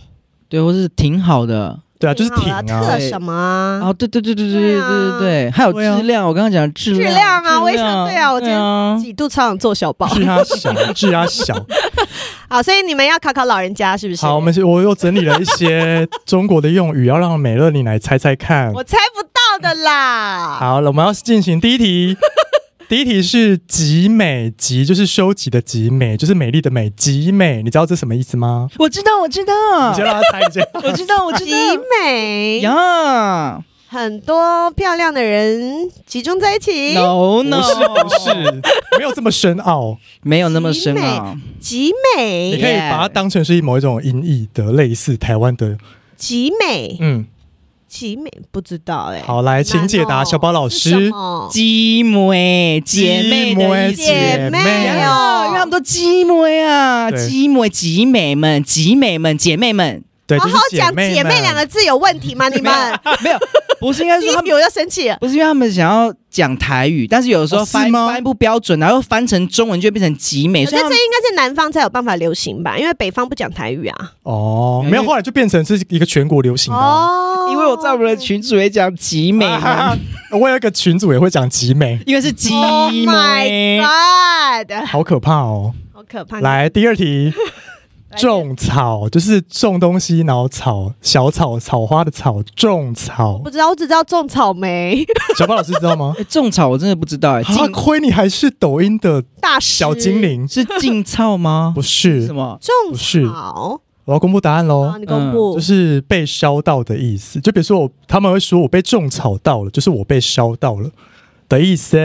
[SPEAKER 3] 对，我是挺好的。
[SPEAKER 2] 对啊，就是
[SPEAKER 1] 挺
[SPEAKER 2] 挺
[SPEAKER 1] 好啊
[SPEAKER 2] 啊
[SPEAKER 1] 特，什么啊，
[SPEAKER 3] 哦，对对对对对
[SPEAKER 1] 对
[SPEAKER 3] 对
[SPEAKER 1] 啊
[SPEAKER 3] 对对对，还有
[SPEAKER 2] 对啊
[SPEAKER 3] 质量，我刚刚讲质量，
[SPEAKER 1] 质量啊我也想对啊我今天
[SPEAKER 3] 啊
[SPEAKER 1] 几度超想做小
[SPEAKER 2] [LAUGHS]
[SPEAKER 1] 宝。
[SPEAKER 2] 治他啊小，治他小，
[SPEAKER 1] 好，所以你们要考考老人家是不是？
[SPEAKER 2] 好，我们我又整理了一些中国的用语，要让美乐你来猜猜看。
[SPEAKER 1] 我猜不到的啦。 [LAUGHS]
[SPEAKER 2] 好了，我们要进行第一题。第一题是集美集，就是收集的集美，就是美丽的美集美，你知道这什么意思吗？
[SPEAKER 3] 我知道，我知道，
[SPEAKER 1] 嗯
[SPEAKER 2] 你先让他猜一下。
[SPEAKER 1] [LAUGHS]
[SPEAKER 3] 我知道，我知
[SPEAKER 1] 集
[SPEAKER 3] 道
[SPEAKER 1] 美，
[SPEAKER 3] 呀。
[SPEAKER 1] 很多漂亮的人集中在一起。
[SPEAKER 3] No no，
[SPEAKER 2] 不是
[SPEAKER 1] 哦
[SPEAKER 2] 不是，没有这么深奥，
[SPEAKER 3] 没有那么深啊奥。
[SPEAKER 1] 集
[SPEAKER 2] 你
[SPEAKER 1] 美，
[SPEAKER 2] 可以把它当成是某一种音译的类似台湾的，
[SPEAKER 1] 集美，
[SPEAKER 2] 嗯，
[SPEAKER 1] 集美，不知道哎、
[SPEAKER 2] 好来，请解答小宝老
[SPEAKER 1] 是
[SPEAKER 2] 师
[SPEAKER 1] 什，么
[SPEAKER 3] 姐妹姐妹的意思
[SPEAKER 1] 姐妹
[SPEAKER 2] 妹
[SPEAKER 1] 哦
[SPEAKER 3] 呀，因为他们都姐妹啊，
[SPEAKER 2] 对
[SPEAKER 3] 姐妹姐妹们姐妹们姐妹们，
[SPEAKER 2] 对，
[SPEAKER 1] 好
[SPEAKER 2] 就是
[SPEAKER 1] 好讲
[SPEAKER 2] 妹
[SPEAKER 1] 姐妹
[SPEAKER 2] 们
[SPEAKER 1] 两个字有问题吗？你们
[SPEAKER 3] 没
[SPEAKER 1] [LAUGHS]
[SPEAKER 3] 有，不是应该
[SPEAKER 1] 第
[SPEAKER 3] 说
[SPEAKER 1] 一
[SPEAKER 3] 他
[SPEAKER 1] 题 [LAUGHS]
[SPEAKER 3] 们。
[SPEAKER 1] 我就生气了。
[SPEAKER 3] 不是因为他们想要讲台语，但是有的时候
[SPEAKER 2] 哦是
[SPEAKER 3] 翻、
[SPEAKER 2] 吗
[SPEAKER 3] 翻不标准，然后翻成中文就会变成集
[SPEAKER 1] 我
[SPEAKER 3] 美，
[SPEAKER 1] 觉
[SPEAKER 3] 所以
[SPEAKER 1] 得
[SPEAKER 3] 他
[SPEAKER 1] 这
[SPEAKER 3] 们
[SPEAKER 1] 应该是南方才有办法流行吧，因为北方不讲台语啊。
[SPEAKER 2] 哦，
[SPEAKER 3] 因为
[SPEAKER 2] 没有，后来就变成是一个全国流行的啊。
[SPEAKER 1] 哦
[SPEAKER 3] 因为我在我们的群主也讲集美嘛，
[SPEAKER 2] 啊我有一个群主也会讲集美，
[SPEAKER 3] 因为是集
[SPEAKER 1] Oh
[SPEAKER 3] 美 [LAUGHS]？
[SPEAKER 1] my God，
[SPEAKER 2] 好可怕哦。
[SPEAKER 1] 好可怕！
[SPEAKER 2] 来第二题，
[SPEAKER 1] [LAUGHS] 来
[SPEAKER 2] 种草就是种东西，然后草小草草花的草，种草
[SPEAKER 1] 不。知道，我只知道种草莓 [LAUGHS]
[SPEAKER 2] 小宝老师知道吗
[SPEAKER 3] 欸种草我真的不知道
[SPEAKER 2] [LAUGHS]
[SPEAKER 3] 哎、
[SPEAKER 2] 啊，
[SPEAKER 3] 欸，种
[SPEAKER 2] 亏你还是抖音的
[SPEAKER 1] 大师
[SPEAKER 2] 小精，灵，
[SPEAKER 3] 是劲草吗？
[SPEAKER 2] [LAUGHS] 不
[SPEAKER 3] 是
[SPEAKER 2] 是
[SPEAKER 3] 什？么？
[SPEAKER 2] 不是
[SPEAKER 1] 种草。
[SPEAKER 2] 我要公布答案
[SPEAKER 1] 好，
[SPEAKER 2] 喽，
[SPEAKER 1] 哦你公布
[SPEAKER 3] 嗯
[SPEAKER 2] 就。是被烧到的意思。就比如说我，他们会说我被种草到了，就是我被烧到了的
[SPEAKER 1] [LAUGHS]
[SPEAKER 2] 意思，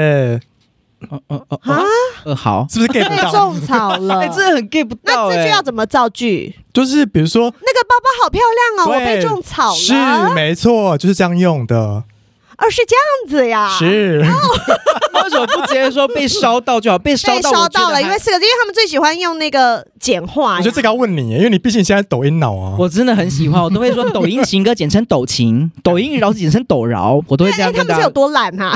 [SPEAKER 3] 哦哦哦
[SPEAKER 1] 啊
[SPEAKER 3] 哦，，呃好，
[SPEAKER 2] 是不是 get 嗯
[SPEAKER 1] 被
[SPEAKER 2] 不到？
[SPEAKER 1] 种草了
[SPEAKER 3] [LAUGHS] 哎、，真的很 get 不到
[SPEAKER 1] 呃那这
[SPEAKER 3] 哎、
[SPEAKER 1] 句要怎么造句？
[SPEAKER 2] 就是比如说，
[SPEAKER 1] 那个包包好漂亮哦，我被
[SPEAKER 2] 对
[SPEAKER 1] 种草
[SPEAKER 2] 是
[SPEAKER 1] 了，
[SPEAKER 2] 没错，就是这样用的，
[SPEAKER 1] 哦，是这样子呀，
[SPEAKER 2] 是。
[SPEAKER 1] 哦
[SPEAKER 3] 那为什么不直接说被烧到就好？被烧
[SPEAKER 1] 被
[SPEAKER 3] 到
[SPEAKER 1] 烧到了，因
[SPEAKER 3] 我觉得还
[SPEAKER 1] 为四个字，因为他们最喜欢用那个简化呀。
[SPEAKER 2] 我觉得这个要问你耶，因为你毕竟现在抖音脑啊。
[SPEAKER 3] 我真的很喜欢，我都会说抖音情歌简称抖情，抖音饶舌简称
[SPEAKER 1] [LAUGHS]
[SPEAKER 3] 抖饶，我都会这
[SPEAKER 1] 哎
[SPEAKER 3] 样
[SPEAKER 1] 他
[SPEAKER 3] 跟
[SPEAKER 1] 们
[SPEAKER 3] 大
[SPEAKER 1] 是
[SPEAKER 3] 家
[SPEAKER 1] 有。多懒哈？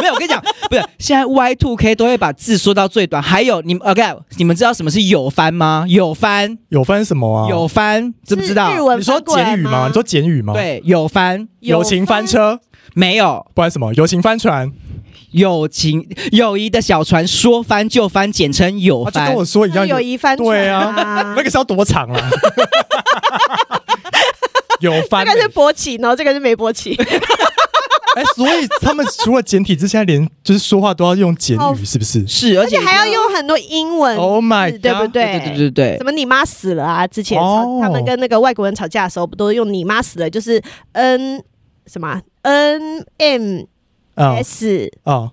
[SPEAKER 3] 没有，我跟你讲，不是现在 Y Two K 都会把字缩到最短。还有你们 OK，你们知道什么是有翻吗？有翻，
[SPEAKER 2] 有翻什么啊？
[SPEAKER 3] 有翻，知不知道
[SPEAKER 1] 是日？文
[SPEAKER 2] 你说
[SPEAKER 1] 翻过来
[SPEAKER 2] 简语吗？你说简语吗？，
[SPEAKER 3] 对，有翻
[SPEAKER 2] 友情翻车，
[SPEAKER 3] 没有？
[SPEAKER 2] 不然什么？友情翻船，
[SPEAKER 3] 友情友谊的小船说翻就翻，简称有
[SPEAKER 2] 啊就
[SPEAKER 3] 翻
[SPEAKER 2] 跟我。说一样。
[SPEAKER 1] 哎有一番
[SPEAKER 2] 对
[SPEAKER 1] 船
[SPEAKER 2] 啊， [LAUGHS] 那个是要多长啊？有翻
[SPEAKER 1] 这
[SPEAKER 2] 欸
[SPEAKER 1] 个 [LAUGHS] 是勃起，然后这个是没勃起，
[SPEAKER 2] 哎，所以他们除了简体字，现在连就是说话都要用简
[SPEAKER 1] 好
[SPEAKER 2] 语，是不是
[SPEAKER 3] 是，而
[SPEAKER 1] 而且还要用很多英文
[SPEAKER 2] ？Oh my，
[SPEAKER 1] 字，对不
[SPEAKER 2] god
[SPEAKER 3] 对对对对
[SPEAKER 1] 什么你妈死了啊？之前
[SPEAKER 2] 哦
[SPEAKER 1] 吵他们跟那个外国人吵架的时候，不都用你妈死了，就是 N 什么啊 N M
[SPEAKER 2] 嗯
[SPEAKER 1] S
[SPEAKER 2] 嗯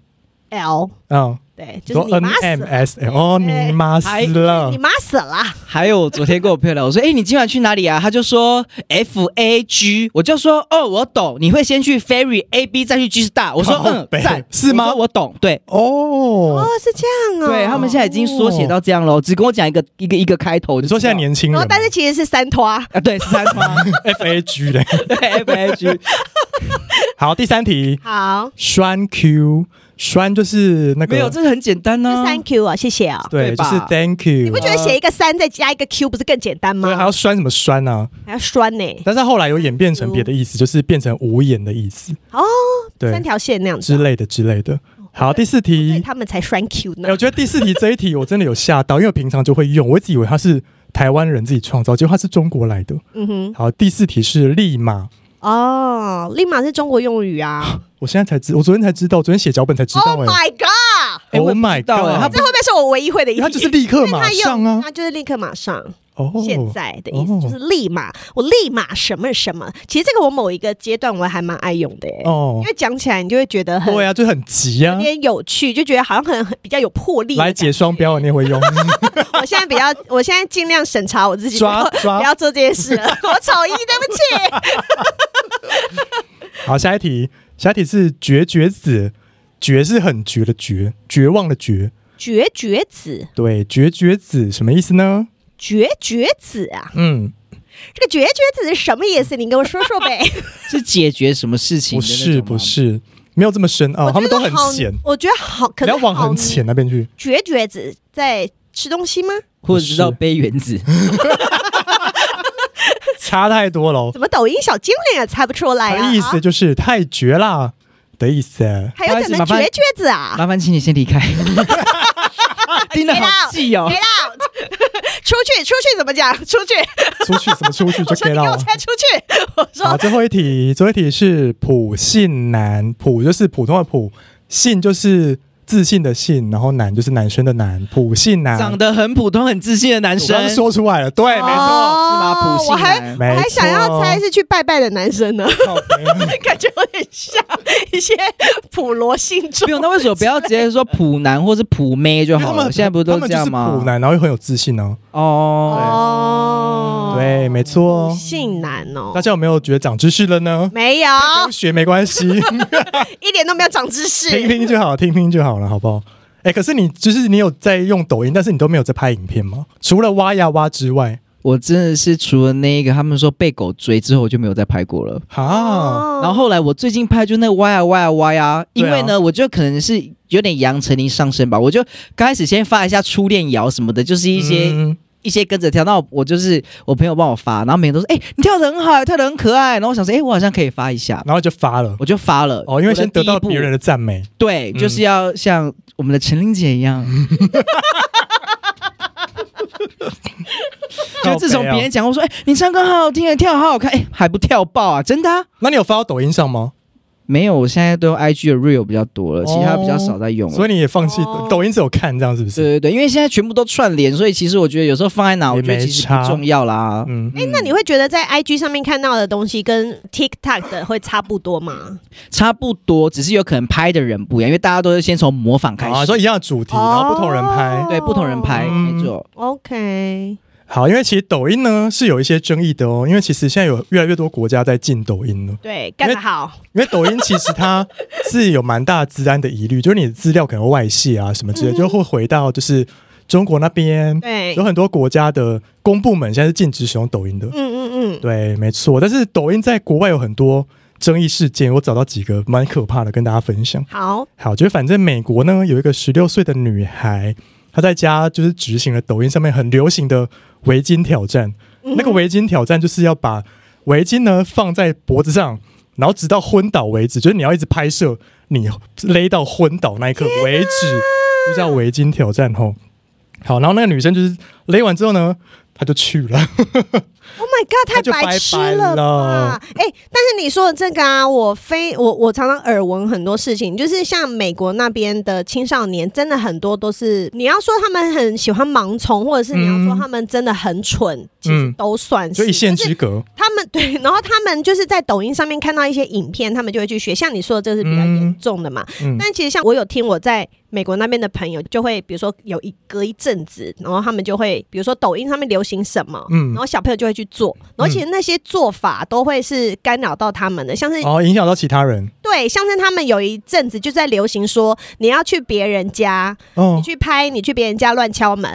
[SPEAKER 1] L，
[SPEAKER 2] 嗯，
[SPEAKER 1] 对，就
[SPEAKER 2] 说
[SPEAKER 1] 是你
[SPEAKER 2] N
[SPEAKER 1] 妈死
[SPEAKER 2] M
[SPEAKER 1] 了，哎
[SPEAKER 2] S L，哦，你妈死了
[SPEAKER 1] 你，妈死了啊，
[SPEAKER 3] 还有我昨天跟我朋友聊，我说：“哎、你今晚去哪里啊？”他就说：“F A G。”我就说：“哦，我懂，你会先去 Ferry A B 再去 G Star。”我
[SPEAKER 2] [LAUGHS]
[SPEAKER 3] 说：“
[SPEAKER 2] 靠
[SPEAKER 3] 嗯，
[SPEAKER 2] 北
[SPEAKER 3] 赞
[SPEAKER 2] 是吗
[SPEAKER 3] 我说我懂，对。
[SPEAKER 2] 哦
[SPEAKER 1] 哦，，是这样哦，
[SPEAKER 3] 对他们现在已经缩写到这样了，只跟我讲一个一个一个开头。
[SPEAKER 2] 你说现在年轻
[SPEAKER 1] 然
[SPEAKER 2] 人
[SPEAKER 1] 后
[SPEAKER 2] 吗，
[SPEAKER 3] 哦
[SPEAKER 1] 哦但是其实是三拖啊，
[SPEAKER 3] 啊，对，十三吗？
[SPEAKER 2] [LAUGHS] F A G 嘞。
[SPEAKER 3] 对，F A G，
[SPEAKER 2] 好，第三题，
[SPEAKER 1] 好，
[SPEAKER 2] 栓 Q，栓就是那个
[SPEAKER 3] 没有，这个很简单呢、
[SPEAKER 1] 就
[SPEAKER 2] [LAUGHS]
[SPEAKER 1] Thank you 啊，谢谢啊。
[SPEAKER 2] 嗯对，
[SPEAKER 3] 对
[SPEAKER 2] 就
[SPEAKER 3] 吧
[SPEAKER 2] 是 Thank
[SPEAKER 1] 你
[SPEAKER 2] you
[SPEAKER 1] 不。觉得写一个三再加一个 Q 不是更简单
[SPEAKER 2] 对，还
[SPEAKER 1] 吗？
[SPEAKER 2] 要栓什么栓呢、
[SPEAKER 1] 还要栓呢，
[SPEAKER 2] 但是它后来有演变成别的意思，就是变成无眼的意思。
[SPEAKER 1] 哦，
[SPEAKER 2] 对
[SPEAKER 1] 三，条线那样子
[SPEAKER 2] 之
[SPEAKER 1] 啊。
[SPEAKER 2] 类的之类的。好，第四
[SPEAKER 1] 对
[SPEAKER 3] 哦
[SPEAKER 2] 题，
[SPEAKER 1] 他们才栓 Q
[SPEAKER 2] 哎我
[SPEAKER 1] 呢。
[SPEAKER 2] 觉得第四题这一题我真的有吓到，因为我平常就会用，我一直以为它是台湾人自己创造，结果它是中国来的。
[SPEAKER 1] 嗯哼，
[SPEAKER 2] 好，第四题是立马，
[SPEAKER 1] 哦，立马是中国用语啊。
[SPEAKER 2] 我现在才知，我昨天才知道，昨天写脚本才知
[SPEAKER 1] Oh
[SPEAKER 2] 道、哎、
[SPEAKER 1] my god！
[SPEAKER 3] 哎我也
[SPEAKER 2] Oh
[SPEAKER 3] 不
[SPEAKER 2] my
[SPEAKER 3] 知道哎它
[SPEAKER 2] god！
[SPEAKER 1] 这会不会是我唯一会的一题？
[SPEAKER 2] 它就是立刻
[SPEAKER 1] 因为
[SPEAKER 2] 马
[SPEAKER 1] 他
[SPEAKER 2] 上
[SPEAKER 1] 用，
[SPEAKER 2] 啊，
[SPEAKER 1] 那就是立刻马上，
[SPEAKER 2] 哦，
[SPEAKER 1] 现在的意思
[SPEAKER 2] 哦
[SPEAKER 1] 就是立马，我立马什么什么。其实这个我某一个阶段我还蛮爱用的耶，
[SPEAKER 2] 哦
[SPEAKER 1] 因，为讲起来你就会觉得很
[SPEAKER 2] 对啊，就很急啊
[SPEAKER 1] 有，点有趣，就觉得好像很很比较有魄力的啊
[SPEAKER 2] 来
[SPEAKER 1] 感觉。
[SPEAKER 2] 解双标，你也
[SPEAKER 1] [LAUGHS]
[SPEAKER 2] 会用，
[SPEAKER 1] 我现在比较，我现在尽量审查我自己，不
[SPEAKER 2] 抓
[SPEAKER 1] 要
[SPEAKER 2] 抓
[SPEAKER 1] 不。要做这件事了。 [LAUGHS] 我丑一，对不
[SPEAKER 2] [LAUGHS]
[SPEAKER 1] 起。
[SPEAKER 2] 好，下一题，下一题是绝绝子，绝是很绝的绝，绝望的绝。
[SPEAKER 1] 绝绝子，
[SPEAKER 2] 对，绝绝子什么意思呢？
[SPEAKER 1] 绝绝子啊！
[SPEAKER 2] 嗯，
[SPEAKER 1] 这个绝绝子是什么意思？你给我说说
[SPEAKER 2] [LAUGHS]
[SPEAKER 1] 呗。
[SPEAKER 3] 是解决什么事情
[SPEAKER 2] 不
[SPEAKER 3] 的那种
[SPEAKER 2] 是
[SPEAKER 3] 吗
[SPEAKER 2] 不，是，没有这么深奥，
[SPEAKER 1] 我
[SPEAKER 2] 他们
[SPEAKER 1] 觉
[SPEAKER 2] 都
[SPEAKER 1] 得
[SPEAKER 2] 很
[SPEAKER 1] 好
[SPEAKER 2] 浅，
[SPEAKER 1] 我觉得好，可
[SPEAKER 2] 你要
[SPEAKER 1] 能
[SPEAKER 2] 往
[SPEAKER 1] 好
[SPEAKER 2] 很浅那边去。
[SPEAKER 1] 绝绝子在吃东西吗？
[SPEAKER 3] 或者知道杯原子，
[SPEAKER 2] 差太多了哦，
[SPEAKER 1] 怎么抖音小精灵也猜不出来
[SPEAKER 2] 它
[SPEAKER 1] 啊？
[SPEAKER 2] 的意思就是太绝啦的意思。
[SPEAKER 1] 还有可能绝绝子啊
[SPEAKER 3] 麻烦请你先离开。听得好
[SPEAKER 1] out，
[SPEAKER 3] 气哦
[SPEAKER 1] ，get，out，出去出去怎么讲？出去，
[SPEAKER 2] 出去怎么出去
[SPEAKER 1] [LAUGHS]
[SPEAKER 2] 就
[SPEAKER 1] 我说
[SPEAKER 2] get
[SPEAKER 1] 你给我
[SPEAKER 2] out 了。
[SPEAKER 1] 猜出去，我
[SPEAKER 2] [LAUGHS] 好，
[SPEAKER 1] 说
[SPEAKER 2] 最后一题，最后一题是普信男，普就是普通的普，信就是自信的信，然后男就是男生的男，普信男。
[SPEAKER 3] 长得很普通、很自信的男
[SPEAKER 2] 我刚
[SPEAKER 3] 生
[SPEAKER 2] 刚，说出来了，对，没错，
[SPEAKER 1] 哦
[SPEAKER 3] 是吗？普信
[SPEAKER 1] 我还
[SPEAKER 3] 男，
[SPEAKER 1] 我
[SPEAKER 2] 没
[SPEAKER 1] 还想要
[SPEAKER 2] 错
[SPEAKER 1] 猜是去拜拜的男生呢，
[SPEAKER 2] 靠北
[SPEAKER 1] [LAUGHS] 感觉有点像一些普罗信众
[SPEAKER 3] 不。用，那为什么不要直接说普男或是普妹就好
[SPEAKER 2] 他们
[SPEAKER 3] 了？现在不是都这样
[SPEAKER 2] 他们就是
[SPEAKER 3] 吗
[SPEAKER 2] 普？男，然后又很有自信呢、
[SPEAKER 3] 哦，
[SPEAKER 1] 哦
[SPEAKER 2] 对，没错。
[SPEAKER 1] 性男哦
[SPEAKER 2] 大，家有没有觉得长知识了呢？
[SPEAKER 1] 没有，
[SPEAKER 2] 不学没关系，
[SPEAKER 1] 一点都没有长知识。
[SPEAKER 2] 听听就好，听听就好了，好不好？哎、可是你就是你有在用抖音，但是你都没有在拍影片吗？除了挖呀挖之外，
[SPEAKER 3] 我真的是除了那一个，他们说被狗追之后，我就没有再拍过了。
[SPEAKER 1] 哦
[SPEAKER 2] 哈，
[SPEAKER 3] 啊然后后来我最近拍就那个歪啊歪啊歪啊，因为
[SPEAKER 2] 对
[SPEAKER 3] 呢，我就可能是有点杨丞琳上身吧，我就刚开始先发一下初恋谣什么的，就是一些、
[SPEAKER 2] 嗯
[SPEAKER 3] 一些跟着跳。那我我就是我朋友帮我发，然后每个人都说：“哎、你跳的很好，跳的很可爱。”然后我想说：“哎、我好像可以发一下。
[SPEAKER 2] 然后就发了”。
[SPEAKER 3] 我就发了
[SPEAKER 2] 哦，因为先得到
[SPEAKER 3] 我的第一
[SPEAKER 2] 别
[SPEAKER 3] 步
[SPEAKER 2] 人的赞美，
[SPEAKER 3] 对，
[SPEAKER 2] 嗯
[SPEAKER 3] 就是要像我们的陈琳姐一样。就自从别
[SPEAKER 2] 靠
[SPEAKER 3] 人
[SPEAKER 2] 北哦，
[SPEAKER 3] 讲我说，哎、你唱歌好好听，跳得好好看，哎、还不跳爆啊？真的、啊？
[SPEAKER 2] 那你有发到抖音上吗？
[SPEAKER 3] 没有，我现在都用 IG 的 Real 比较多了，其他比较
[SPEAKER 2] 哦
[SPEAKER 3] 少在用了。
[SPEAKER 2] 所以你也放弃
[SPEAKER 1] 哦
[SPEAKER 2] 抖音，只有看这样是不是？
[SPEAKER 3] 对对对，因为现在全部都串联，所以其实我觉得有时候放在哪，
[SPEAKER 2] 也
[SPEAKER 3] 我觉得
[SPEAKER 2] 没
[SPEAKER 3] 其实不
[SPEAKER 2] 差
[SPEAKER 3] 重要啦。
[SPEAKER 2] 嗯，
[SPEAKER 1] 哎、那你会觉得在 IG 上面看到的东西跟 TikTok 的会差不多吗？
[SPEAKER 3] 差不多，只是有可能拍的人不一样，因为大家都是先从模仿开始，
[SPEAKER 2] 啊，说一样的主题，然后不同人拍
[SPEAKER 1] 哦。
[SPEAKER 3] 对不同人拍，
[SPEAKER 2] 嗯
[SPEAKER 3] 没错。
[SPEAKER 1] OK，
[SPEAKER 2] 好，因为其实抖音呢是有一些争议的哦，因为其实现在有越来越多国家在禁抖音了。
[SPEAKER 1] 对，干得好，
[SPEAKER 2] 因为抖音其实它是有蛮大的治安的疑虑，就是你的资料可能会外泄啊什么
[SPEAKER 3] 嗯
[SPEAKER 2] 之类，就会回到就是中国那边，
[SPEAKER 1] 对
[SPEAKER 2] 有，很多国家的公部门现在是禁止使用抖音的
[SPEAKER 1] 嗯。嗯嗯，
[SPEAKER 2] 对，没错。但是抖音在国外有很多争议事件，我找到几个蛮可怕的跟大家分享。
[SPEAKER 1] 好，
[SPEAKER 2] 好，就是反正美国呢有一个十六岁的女孩，她在家就是执行了抖音上面很流行的围巾挑战。那个围巾挑战就是要把围巾呢放在脖子上，然后直到昏倒为止，就是你要一直拍摄你勒到昏倒那一刻为止，就叫围巾挑战吼。好，然后那个女生就是勒完之后呢，她就去了。
[SPEAKER 1] Oh my god，
[SPEAKER 2] 那
[SPEAKER 1] 太
[SPEAKER 2] 就
[SPEAKER 1] 白痴
[SPEAKER 2] 拜拜
[SPEAKER 1] 吧
[SPEAKER 2] 了！
[SPEAKER 1] 哎、但是你说的这个啊，我非我我常常耳闻很多事情，就是像美国那边的青少年，真的很多都是你要说他们很喜欢盲从，或者是你要说
[SPEAKER 2] 嗯
[SPEAKER 1] 他们真的很蠢，其实
[SPEAKER 2] 嗯
[SPEAKER 1] 都算是。
[SPEAKER 2] 就一线
[SPEAKER 1] 就是
[SPEAKER 2] 之隔，
[SPEAKER 1] 他们 [LAUGHS] 对，然后他们就是在抖音上面看到一些影片，他们就会去学。像你说的，这是比较严重的嘛。
[SPEAKER 2] 嗯，
[SPEAKER 1] 但其实像我有听我在美国那边的朋友，就会比如说有一隔一阵子，然后他们就会比如说抖音上面流行什么，
[SPEAKER 2] 嗯
[SPEAKER 1] 然后小朋友就会去做，然后其实那些做法都会是干扰到他们的，像是、
[SPEAKER 2] 哦，影响到其他人，
[SPEAKER 1] 对，像是他们有一阵子就在流行说你要去别人家，你
[SPEAKER 2] 哦
[SPEAKER 1] 去拍，你去别人家乱敲门，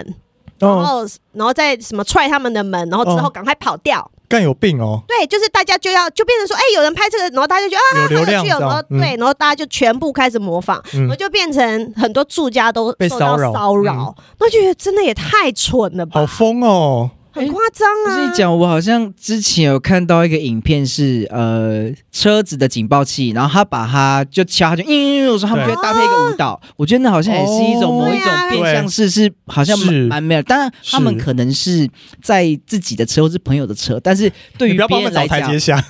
[SPEAKER 1] 然
[SPEAKER 2] 哦，
[SPEAKER 1] 后然后再什么踹他们的门，然后之后
[SPEAKER 2] 哦
[SPEAKER 1] 赶快跑掉。
[SPEAKER 2] 更有病哦，
[SPEAKER 1] 对，就是大家就要就变成说，哎、有人拍这个，然后大家就觉得啊，
[SPEAKER 2] 有流
[SPEAKER 1] 好有
[SPEAKER 2] 量
[SPEAKER 1] 趣哦，
[SPEAKER 2] 这样
[SPEAKER 1] 然后
[SPEAKER 2] 嗯
[SPEAKER 1] 对，然后大家就全部开始模仿，
[SPEAKER 2] 嗯
[SPEAKER 1] 然后就变成很多住家都
[SPEAKER 2] 被
[SPEAKER 1] 受到
[SPEAKER 2] 骚扰嗯
[SPEAKER 1] 骚扰，那就觉得真的也太蠢了吧，
[SPEAKER 2] 好哎疯哦，
[SPEAKER 1] 很夸张
[SPEAKER 3] 我跟
[SPEAKER 1] 啊！
[SPEAKER 3] 你讲，我好像之前有看到一个影片是，呃车子的警报器，然后他把它就敲，他就嗯，我说他们就
[SPEAKER 2] 对
[SPEAKER 3] 会搭配一个舞蹈，我觉得那好像也是一种
[SPEAKER 2] 哦
[SPEAKER 3] 某一种
[SPEAKER 1] 对
[SPEAKER 2] 啊
[SPEAKER 3] 变相式，是好像蛮
[SPEAKER 2] 是
[SPEAKER 3] 蛮没有。当然，他们
[SPEAKER 2] 是
[SPEAKER 3] 可能是在自己的车或是朋友的车，但是对
[SPEAKER 2] 你
[SPEAKER 3] 于
[SPEAKER 2] 不要帮
[SPEAKER 3] 别
[SPEAKER 2] 我们
[SPEAKER 3] 人
[SPEAKER 2] 找
[SPEAKER 3] 来
[SPEAKER 2] 台
[SPEAKER 3] 讲
[SPEAKER 2] 阶，下，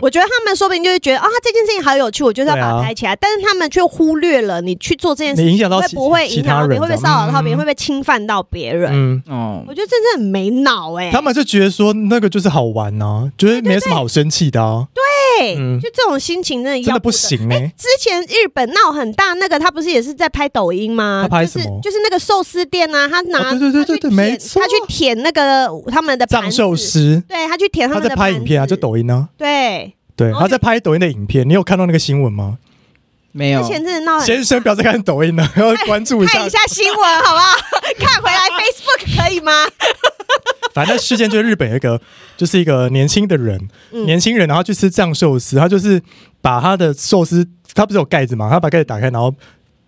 [SPEAKER 1] 我觉得他们说不定就会觉得啊，这件事情好有趣，我就是要把
[SPEAKER 2] 对
[SPEAKER 1] 它
[SPEAKER 2] 啊
[SPEAKER 1] 拍起来，但是他们却忽略了你去做这件事
[SPEAKER 2] 你影响到
[SPEAKER 1] 会
[SPEAKER 2] 其
[SPEAKER 1] 不会
[SPEAKER 2] 其
[SPEAKER 1] 影
[SPEAKER 2] 他
[SPEAKER 1] 响到别人，
[SPEAKER 2] 人，
[SPEAKER 1] 会不会
[SPEAKER 2] 这
[SPEAKER 1] 骚
[SPEAKER 2] 样
[SPEAKER 1] 扰到别人，会不会侵犯到别人？
[SPEAKER 2] 嗯，
[SPEAKER 3] 哦
[SPEAKER 1] 我，觉得真的很没脑哎、
[SPEAKER 2] 他们就觉得说那个就是好玩啊，觉得没什么好生气的啊，
[SPEAKER 1] 对，
[SPEAKER 2] 嗯
[SPEAKER 1] 就这种心情真的哎
[SPEAKER 2] 真
[SPEAKER 1] 要
[SPEAKER 2] 的不
[SPEAKER 1] 得
[SPEAKER 2] 行欸呢、
[SPEAKER 1] 之前日本闹很大那个，他不是也是在拍抖音吗？
[SPEAKER 2] 他拍
[SPEAKER 1] 就是
[SPEAKER 2] 什么
[SPEAKER 1] 就是那个寿司店啊，他拿、
[SPEAKER 2] 哦对对对对对没错
[SPEAKER 1] 他去舔那个他们的
[SPEAKER 2] 藏
[SPEAKER 1] 盘子
[SPEAKER 2] 寿，司，
[SPEAKER 1] 对他去舔
[SPEAKER 2] 他
[SPEAKER 1] 们
[SPEAKER 2] 在
[SPEAKER 1] 的
[SPEAKER 2] 拍
[SPEAKER 1] 盘
[SPEAKER 2] 影片啊，
[SPEAKER 1] 子
[SPEAKER 2] 就。抖音啊，
[SPEAKER 1] 对，
[SPEAKER 2] 对，
[SPEAKER 1] 然后
[SPEAKER 2] 他
[SPEAKER 1] 就
[SPEAKER 2] 在拍抖音的影片，你有看到那个新闻吗？
[SPEAKER 1] 之
[SPEAKER 3] 没有。
[SPEAKER 1] 前真的闹很。
[SPEAKER 2] 先生不要再看抖音了，要关注一
[SPEAKER 1] 哦哎看
[SPEAKER 2] 下
[SPEAKER 1] 一，下新闻好不好？ [LAUGHS] 看回来 Facebook 可以吗？
[SPEAKER 2] 反正那事件就是日本有一个，就是一个年轻的人，
[SPEAKER 1] 嗯
[SPEAKER 2] 年轻人，然后去吃藏寿司，他就是把他的寿司，他不是有盖子嘛，他把盖子打开，然后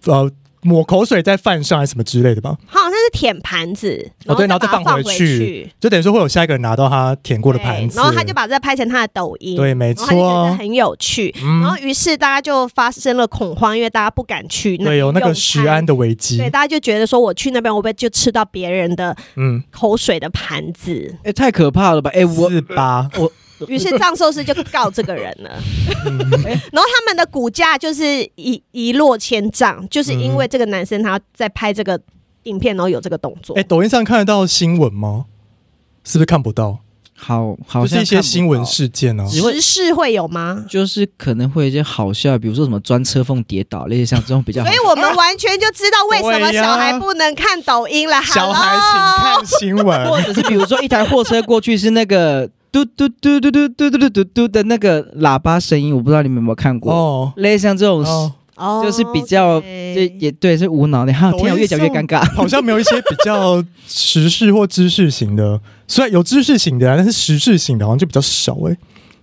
[SPEAKER 2] 呃抹口水在饭上还是什么之类的吧，
[SPEAKER 1] 好像是舔盘子，
[SPEAKER 2] 哦对，然后
[SPEAKER 1] 再
[SPEAKER 2] 再
[SPEAKER 1] 把它
[SPEAKER 2] 放回
[SPEAKER 1] 回
[SPEAKER 2] 去，就等于说会有下一个人拿到他舔过的盘
[SPEAKER 1] 对
[SPEAKER 2] 子，
[SPEAKER 1] 然后他就把这拍成他的抖音，
[SPEAKER 2] 对，没
[SPEAKER 1] 然后他就觉得
[SPEAKER 2] 错，
[SPEAKER 1] 很有趣，
[SPEAKER 2] 嗯
[SPEAKER 1] 然后于是大家就发生了恐慌，因为大家不敢去那
[SPEAKER 2] 对，有那个
[SPEAKER 1] 用
[SPEAKER 2] 食
[SPEAKER 1] 餐
[SPEAKER 2] 安的危机
[SPEAKER 1] 对，，大家就觉得说我去那边会不会就吃到别人的
[SPEAKER 2] 嗯，
[SPEAKER 1] 口水的盘子？
[SPEAKER 3] 哎、太可怕了吧！哎、我
[SPEAKER 2] 四八，
[SPEAKER 3] 我
[SPEAKER 1] [LAUGHS] 于是藏寿司就告这个人了，[LAUGHS]
[SPEAKER 2] 嗯
[SPEAKER 1] 然后他们的股价就是一一落千丈，就是因为这个男生他在拍这个影片，然后有这个动作。
[SPEAKER 2] 哎、抖音上看得到新闻吗？是不是看不到？
[SPEAKER 3] 好，好
[SPEAKER 2] 就是一
[SPEAKER 3] 像
[SPEAKER 2] 些新闻
[SPEAKER 3] 是，
[SPEAKER 2] 事件啊。
[SPEAKER 3] 只会
[SPEAKER 1] 时事会有吗？
[SPEAKER 3] 就是可能会有一些好笑，比如说什么钻车缝跌倒，类似像这种比较好
[SPEAKER 1] 所以。我们完全就知道为什么
[SPEAKER 2] 对呀
[SPEAKER 1] 小孩不能看抖音了。
[SPEAKER 2] [LAUGHS] 小孩
[SPEAKER 1] Hello
[SPEAKER 2] 请看新闻。
[SPEAKER 3] 或者是比如说一台货车过去是那个嘟嘟嘟嘟嘟嘟嘟嘟嘟嘟的那个喇叭声 [LAUGHS] 音，我不知道你们有没有看过，
[SPEAKER 2] 哦
[SPEAKER 3] 类似像这种
[SPEAKER 2] 哦，
[SPEAKER 1] 哦
[SPEAKER 3] 就是比较就
[SPEAKER 1] OK
[SPEAKER 3] 也对是无脑的。哈，
[SPEAKER 2] 抖音
[SPEAKER 3] 天啊，越讲越尴尬。
[SPEAKER 2] 好像没有一些比较时事或知识型的，虽然有知识型的、啊，但是时事型的好像就比较少哎、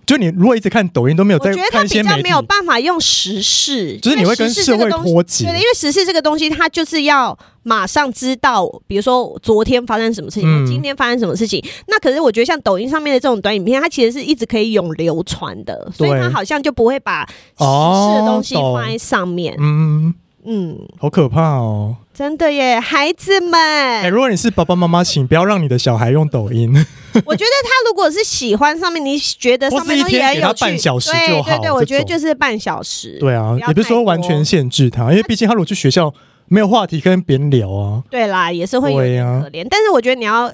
[SPEAKER 2] 就你如果一直看抖音都没有
[SPEAKER 1] 我
[SPEAKER 2] 在
[SPEAKER 1] 觉得他
[SPEAKER 2] 看一
[SPEAKER 1] 比
[SPEAKER 2] 些媒
[SPEAKER 1] 较
[SPEAKER 2] 体，
[SPEAKER 1] 没有办法用时事，
[SPEAKER 2] 就是你会跟
[SPEAKER 1] 因为时事
[SPEAKER 2] 社
[SPEAKER 1] 这
[SPEAKER 2] 会
[SPEAKER 1] 个东西
[SPEAKER 2] 脱节
[SPEAKER 1] 对的，因为时事这个东西，它就是要马上知道，比如说昨天发生什么事情，
[SPEAKER 2] 嗯
[SPEAKER 1] 或今天发生什么事情。那可是我觉得像抖音上面的这种短影片，它其实是一直可以永流传的，所以
[SPEAKER 2] 对
[SPEAKER 1] 它好像就不会把时事的
[SPEAKER 2] 哦，
[SPEAKER 1] 东西
[SPEAKER 2] 懂
[SPEAKER 1] 放在上面。
[SPEAKER 2] 嗯，
[SPEAKER 1] 嗯，
[SPEAKER 2] 好可怕哦！
[SPEAKER 1] 真的耶，孩子们，
[SPEAKER 2] 哎、如果你是爸爸妈妈，请不要让你的小孩用抖音。
[SPEAKER 1] 我觉得他如果是喜欢上面，你觉得上面东西也很有
[SPEAKER 2] 或是一天给他
[SPEAKER 1] 趣，
[SPEAKER 2] 半小时
[SPEAKER 1] 对
[SPEAKER 2] 就好
[SPEAKER 1] 对对，我觉得
[SPEAKER 2] 这种
[SPEAKER 1] 就是半小时。
[SPEAKER 2] [LAUGHS] 对啊
[SPEAKER 1] 不，要
[SPEAKER 2] 也不是说完全限制他，因为毕竟他如果去学校没有话题跟别人聊啊，
[SPEAKER 1] 对啦，也是会有
[SPEAKER 2] 对啊
[SPEAKER 1] 点
[SPEAKER 2] 呀
[SPEAKER 1] 可怜。但是我觉得你要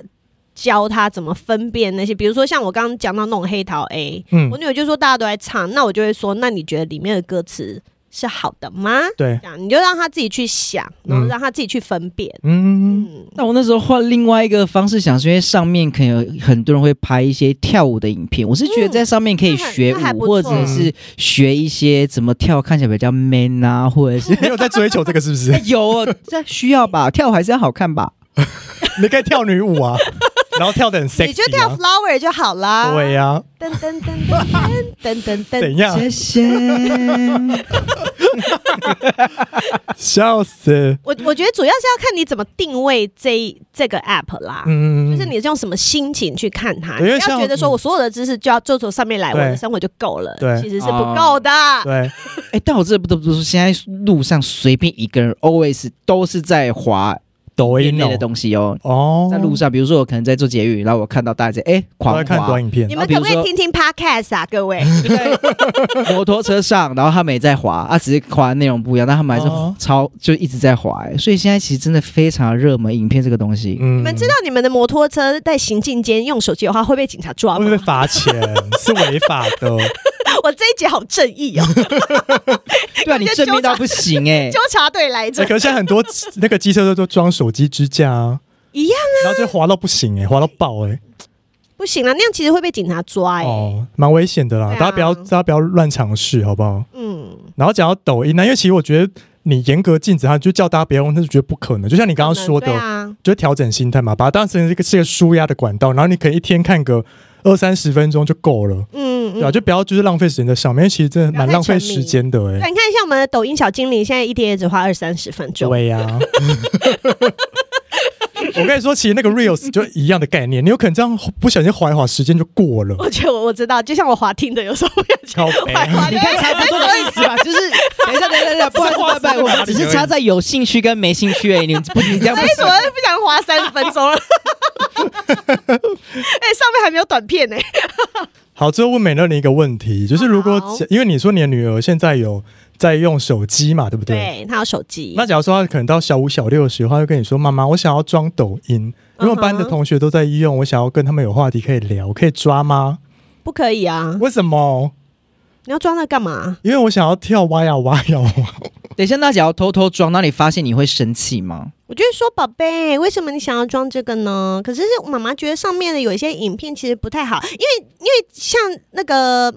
[SPEAKER 1] 教他怎么分辨那些，比如说像我刚刚讲到那种黑桃 A，、[LAUGHS]
[SPEAKER 2] 嗯
[SPEAKER 1] 我，女儿就说大家都在唱，那我就会说，那你觉得里面的歌词是好的吗？
[SPEAKER 2] 对，
[SPEAKER 1] 这样你就让他自己去想，然后
[SPEAKER 2] 嗯
[SPEAKER 1] 让他自己去分辨。
[SPEAKER 2] 嗯，
[SPEAKER 1] 嗯，
[SPEAKER 3] [LAUGHS] 那我那时候换另外一个方式想，是因为上面可能有很多人会拍一些跳舞的影片，我是觉得在上面可以学
[SPEAKER 1] 嗯那还
[SPEAKER 3] 舞，
[SPEAKER 1] 不
[SPEAKER 3] 或
[SPEAKER 1] 错
[SPEAKER 3] 者是学一些怎么跳，看起来比较 man 啊，
[SPEAKER 2] [LAUGHS]
[SPEAKER 3] 或者是
[SPEAKER 2] 没有在追求这个是不
[SPEAKER 3] 哎
[SPEAKER 1] [LAUGHS]
[SPEAKER 2] 是？
[SPEAKER 3] 有哦这需要吧，跳舞还是要好看吧。
[SPEAKER 2] 你可以跳女舞啊，然后跳的很 sexy，、啊、
[SPEAKER 1] 你就跳 flower 就好啦。
[SPEAKER 2] 对呀、啊，
[SPEAKER 1] 噔噔噔噔噔噔噔噔
[SPEAKER 2] [LAUGHS] 怎。样？
[SPEAKER 3] 谢谢。
[SPEAKER 2] 笑死！
[SPEAKER 1] 我我觉得主要是要看你怎么定位这一这个 app 啦。
[SPEAKER 2] 嗯，
[SPEAKER 1] 就是你是用什么心情去看它，你不
[SPEAKER 2] 对因为
[SPEAKER 1] 要
[SPEAKER 2] 像嗯
[SPEAKER 1] 觉得说我所有的知识就要就从上面来，我
[SPEAKER 2] 对
[SPEAKER 1] 的生活就够了，
[SPEAKER 2] 对
[SPEAKER 1] 其实是
[SPEAKER 3] 哦
[SPEAKER 1] 不够的。
[SPEAKER 2] 对，
[SPEAKER 3] 哎，但我这不得不说，现在路上随便一个人 always 都都是在滑
[SPEAKER 2] 抖
[SPEAKER 3] 音
[SPEAKER 2] 音
[SPEAKER 3] 类的
[SPEAKER 2] 哦，
[SPEAKER 3] 东西哦。
[SPEAKER 2] 哦，
[SPEAKER 3] 在路上，比如说我可能在做捷运，然后我看到大家在哎
[SPEAKER 2] 我
[SPEAKER 3] 狂
[SPEAKER 2] 在看
[SPEAKER 3] 滑
[SPEAKER 2] 短，影片
[SPEAKER 1] 你，们可不可
[SPEAKER 3] 啊比
[SPEAKER 1] 以
[SPEAKER 3] 如说
[SPEAKER 1] 听听 podcast 啊，各
[SPEAKER 2] [LAUGHS]
[SPEAKER 1] 位？
[SPEAKER 3] 在摩托车上，然后他们也在滑啊，只是滑的内容不一样，但他们还是
[SPEAKER 2] 哦
[SPEAKER 3] 超就一直在滑、哎所以现在其实真的非常热门影片这个东西。
[SPEAKER 2] 嗯
[SPEAKER 1] 你们知道你们的摩托车在行进间用手机的话会被警察抓
[SPEAKER 2] 会不会
[SPEAKER 1] 吗
[SPEAKER 2] 被？罚钱？是违法的，哦
[SPEAKER 1] [LAUGHS] 我这一节好正义哦，
[SPEAKER 3] 对啊，你
[SPEAKER 1] 就
[SPEAKER 3] 正面到不
[SPEAKER 2] [LAUGHS]
[SPEAKER 3] 行哎、
[SPEAKER 1] 纠察队来着
[SPEAKER 2] 欸、，可是现在很多那个机车都都装手机支架啊，
[SPEAKER 1] 一样啊，
[SPEAKER 2] 然后就滑到不行哎、滑到爆哎、
[SPEAKER 1] 不行啊，那样其实会被警察抓哎。
[SPEAKER 2] 哦，蛮危险的啦，
[SPEAKER 1] 对啊
[SPEAKER 2] 大家不要大家不要乱尝试，好不好？
[SPEAKER 1] 嗯，
[SPEAKER 2] 然后讲到抖音呢，因为其实我觉得你严格禁止他，就叫大家别用，那是觉得不可能。就像你刚刚说的，
[SPEAKER 1] 对啊，
[SPEAKER 2] 就调整心态嘛，把它当成一个是一个舒压的管道，然后你可以一天看个二三十分钟就够了。
[SPEAKER 1] 嗯，嗯
[SPEAKER 2] 对啊，就不要就是浪费时间在上面，因为其实真的蛮浪费时间的哎、
[SPEAKER 1] 对，你看一下我们的抖音小精灵，现在一天也只花二三十分钟。
[SPEAKER 2] 对呀、我跟你说，其实那个 reels 就一样的概念，你有可能这样不小心划一划，时间就过了。
[SPEAKER 1] 我觉得我我知道，就像我滑听的，有时候不小心
[SPEAKER 2] 靠背
[SPEAKER 1] 滑一滑就
[SPEAKER 3] 你看
[SPEAKER 2] 哎
[SPEAKER 3] 差不多的意思吧，就是等一下，等一下，等一下，不好意思，不好意
[SPEAKER 2] 啊
[SPEAKER 3] 思，我们只是差在有兴趣跟没兴趣而已，你们不你这样
[SPEAKER 1] [LAUGHS]
[SPEAKER 3] 不
[SPEAKER 1] 哎，怎
[SPEAKER 3] 行。
[SPEAKER 1] 么不想滑三十分
[SPEAKER 2] [LAUGHS]
[SPEAKER 1] 钟了？哎、上面还没有短片呢、
[SPEAKER 2] 好，最后问美乐你一个问题，就是如果
[SPEAKER 1] 好
[SPEAKER 2] 因为你说你的女儿现在有在用手机嘛，对不对？
[SPEAKER 1] 对，他有手机。
[SPEAKER 2] 那假如说她可能到小五、小六的时候，她就跟你说：“妈妈，我想要装抖音，因为我班的
[SPEAKER 1] 嗯哼
[SPEAKER 2] 同学都在医用，我想要跟他们有话题可以聊，可以抓吗？
[SPEAKER 1] 不可以啊！
[SPEAKER 2] 为什么？
[SPEAKER 1] 你要装那干嘛？
[SPEAKER 2] 因为我想要跳挖呀挖呀挖。
[SPEAKER 3] 等一下，那假如偷偷装，那你发现你会生气吗？
[SPEAKER 1] 我就会说，宝贝，为什么你想要装这个呢？可是妈妈觉得上面的有一些影片其实不太好，因为因为像那个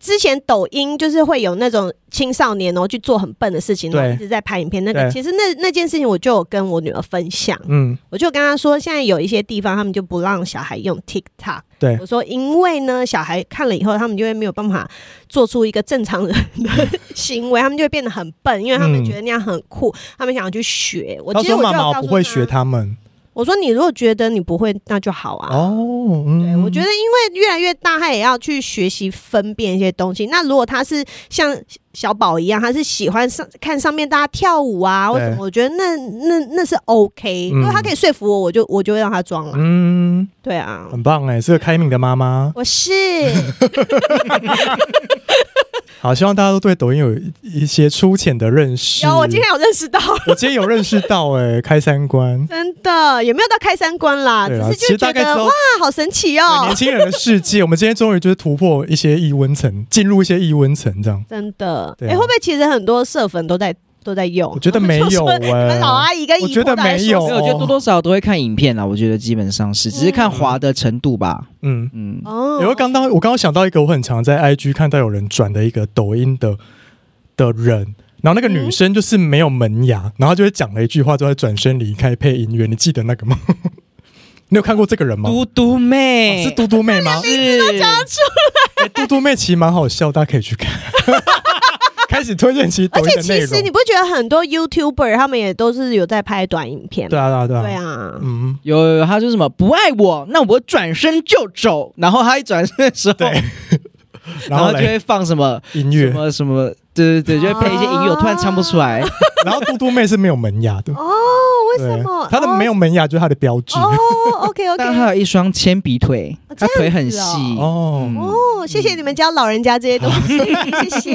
[SPEAKER 1] 之前抖音就是会有那种青少年然后去做很笨的事情，然后
[SPEAKER 2] 对
[SPEAKER 1] 一直在拍影片。那个
[SPEAKER 2] 对
[SPEAKER 1] 其实那那件事情我就有跟我女儿分享，
[SPEAKER 2] 嗯，
[SPEAKER 1] 我就跟他说，现在有一些地方他们就不让小孩用 TikTok。
[SPEAKER 2] 对
[SPEAKER 1] 我说因为呢，小孩看了以后，他们就会没有办法做出一个正常人的 [LAUGHS] 行为，他们就会变得很笨，因为他们
[SPEAKER 2] 嗯
[SPEAKER 1] 觉得那样很酷，他们想要去学。我
[SPEAKER 2] 她
[SPEAKER 1] 其实
[SPEAKER 2] 说：“
[SPEAKER 1] 我就
[SPEAKER 2] 妈
[SPEAKER 1] 有
[SPEAKER 2] 妈，
[SPEAKER 1] 告诉
[SPEAKER 2] 我不会学他们。
[SPEAKER 1] 我我说你如果觉得你不会，那就好啊。
[SPEAKER 2] 哦，
[SPEAKER 1] 对，
[SPEAKER 2] 嗯
[SPEAKER 1] 我觉得因为越来越大，他也要去学习分辨一些东西。那如果他是像小宝一样，他是喜欢上看上面大家跳舞啊，或
[SPEAKER 2] 对
[SPEAKER 1] 什么，我觉得那那那是 OK，、
[SPEAKER 2] 嗯
[SPEAKER 1] 如果他可以说服我，我就我就会让他装了。
[SPEAKER 2] 嗯，
[SPEAKER 1] 对啊，
[SPEAKER 2] 很棒哎，是个开明的妈妈。
[SPEAKER 1] 我
[SPEAKER 2] [LAUGHS]
[SPEAKER 1] 是
[SPEAKER 2] 好，希望大家都对抖音有一一些粗浅的认识。
[SPEAKER 1] 有，我今天有认识到， [LAUGHS]
[SPEAKER 2] 我今天有认识到哎，开三观。
[SPEAKER 1] 真的也没有到开三观啦，只
[SPEAKER 2] 对啊，
[SPEAKER 1] 是
[SPEAKER 2] 其实
[SPEAKER 1] 就
[SPEAKER 2] 大
[SPEAKER 1] 觉
[SPEAKER 2] 概
[SPEAKER 1] 得
[SPEAKER 2] 知道
[SPEAKER 1] 哇，好神奇
[SPEAKER 2] 对
[SPEAKER 1] 哦 [LAUGHS]
[SPEAKER 2] 年，轻人的世界，我们今天终于就是突破一些异温层，进入一些异温层这样。
[SPEAKER 1] 真的。哎、
[SPEAKER 2] 对啊
[SPEAKER 1] 会不会其实很多社粉都在都在用？
[SPEAKER 2] 我觉 [LAUGHS] 得没有
[SPEAKER 1] 就说
[SPEAKER 2] 欸
[SPEAKER 1] 你们老阿姨跟
[SPEAKER 2] 我
[SPEAKER 1] 姨
[SPEAKER 2] 觉得
[SPEAKER 1] 婆到底在
[SPEAKER 2] 没
[SPEAKER 1] 说
[SPEAKER 2] 有
[SPEAKER 1] 什
[SPEAKER 3] 所
[SPEAKER 1] 么
[SPEAKER 3] 以我觉得多多少少都会看影片啦，啊我觉得基本上是，只是看滑的程度吧。
[SPEAKER 2] 嗯，
[SPEAKER 3] 嗯，
[SPEAKER 1] 哦
[SPEAKER 2] 因为刚刚我刚刚想到一个，我很常在 IG 看到有人转的一个抖音的的人，然后那个
[SPEAKER 1] 嗯
[SPEAKER 2] 女生就是没有门牙，然后就会讲了一句话，就会转身离开配音员，你记得那个吗？ [LAUGHS] 你有看过这个人吗？
[SPEAKER 3] 嘟嗯嘟
[SPEAKER 2] 哦
[SPEAKER 3] 妹
[SPEAKER 2] 是嘟嘟妹
[SPEAKER 1] [LAUGHS]
[SPEAKER 2] 吗？
[SPEAKER 3] 哦是
[SPEAKER 2] 欸嘟嘟妹其实蛮好笑，大家可以去看。 [LAUGHS] 开始推荐起抖
[SPEAKER 1] 而
[SPEAKER 2] 音
[SPEAKER 1] 且
[SPEAKER 2] 的
[SPEAKER 1] 其
[SPEAKER 2] 内
[SPEAKER 1] 实你
[SPEAKER 2] 容，
[SPEAKER 1] 不觉得很多 YouTuber 他们也都是有在拍短影片
[SPEAKER 2] 对
[SPEAKER 1] 吗？
[SPEAKER 2] 啊对啊对啊，
[SPEAKER 1] 对啊，
[SPEAKER 2] 嗯，
[SPEAKER 3] 有有有他就是什么不爱我，那我转身就走。然后他一转身的时候，
[SPEAKER 2] 对然
[SPEAKER 3] 然
[SPEAKER 2] 后
[SPEAKER 3] 后就
[SPEAKER 2] 嘞
[SPEAKER 3] 会放什么
[SPEAKER 2] 音
[SPEAKER 3] 什
[SPEAKER 2] 乐，
[SPEAKER 3] 么什么，对对对，就会配一些音乐，我突然唱不出来。
[SPEAKER 2] 然后嘟嘟妹是没有门牙的，
[SPEAKER 1] 哦，为什
[SPEAKER 2] 对
[SPEAKER 1] 么？
[SPEAKER 2] 她的没有门牙就是她的标志
[SPEAKER 1] 哦，OK
[SPEAKER 2] [LAUGHS]
[SPEAKER 3] 但他
[SPEAKER 1] OK，
[SPEAKER 3] 有一双铅笔腿，他腿很细。
[SPEAKER 2] 哦。
[SPEAKER 3] 嗯
[SPEAKER 1] 哦，谢谢你们教老人家这些东
[SPEAKER 2] [LAUGHS]
[SPEAKER 1] 西，谢谢。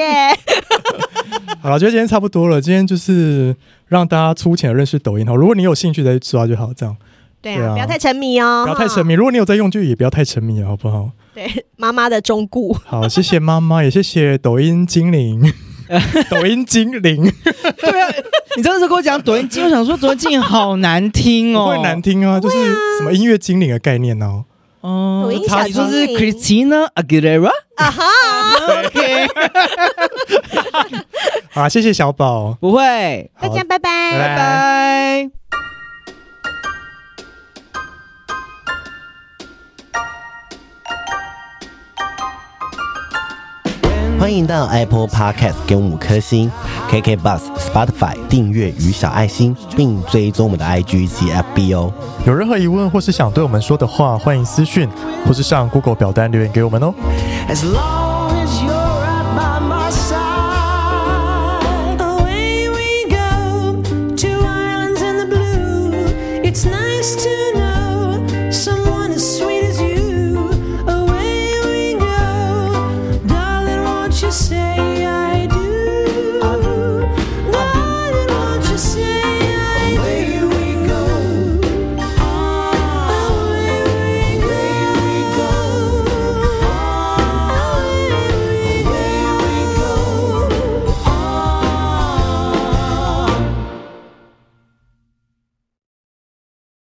[SPEAKER 2] 好了，觉得今天差不多了。今天就是让大家粗浅的认识抖音哈。如果你有兴趣再去抓就好，这样
[SPEAKER 1] 对
[SPEAKER 2] 对
[SPEAKER 1] 啊，
[SPEAKER 2] 啊
[SPEAKER 1] 不要太沉迷哦，
[SPEAKER 2] 不要太沉迷。如果你有在用，就也不要太沉迷了，好不好？
[SPEAKER 1] 妈妈的忠
[SPEAKER 2] [LAUGHS]
[SPEAKER 1] 固。
[SPEAKER 2] 好，谢谢妈妈，也谢谢抖音精 [LAUGHS] 灵，抖音精灵
[SPEAKER 3] 对啊，你真的是跟我讲抖音经，我想说抖音经好难听
[SPEAKER 2] 不
[SPEAKER 3] 哦，
[SPEAKER 2] 会难听啊，就是什么音乐精灵的概念哦。
[SPEAKER 3] 哦。
[SPEAKER 1] 抖音小
[SPEAKER 3] 他
[SPEAKER 1] 精
[SPEAKER 3] 说是
[SPEAKER 1] 灵
[SPEAKER 3] Christina Aguilera，
[SPEAKER 1] 啊哈，
[SPEAKER 3] [LAUGHS] OK，
[SPEAKER 2] 啊，谢谢小宝，
[SPEAKER 3] 不会，
[SPEAKER 1] 大
[SPEAKER 2] 好
[SPEAKER 1] 家拜拜。
[SPEAKER 3] 拜拜。
[SPEAKER 4] 欢迎到 Apple Podcast 给我们五颗星，KK Bus、Spotify 订阅与小爱心，并追踪我们的 IG 及 FB 哦。
[SPEAKER 2] 有任何疑问或是想对我们说的话，欢迎私讯或是上 Google 表单留言给我们哦。
[SPEAKER 5] As long as you're right by my side. Away we go to islands in the blue. It's nice to know.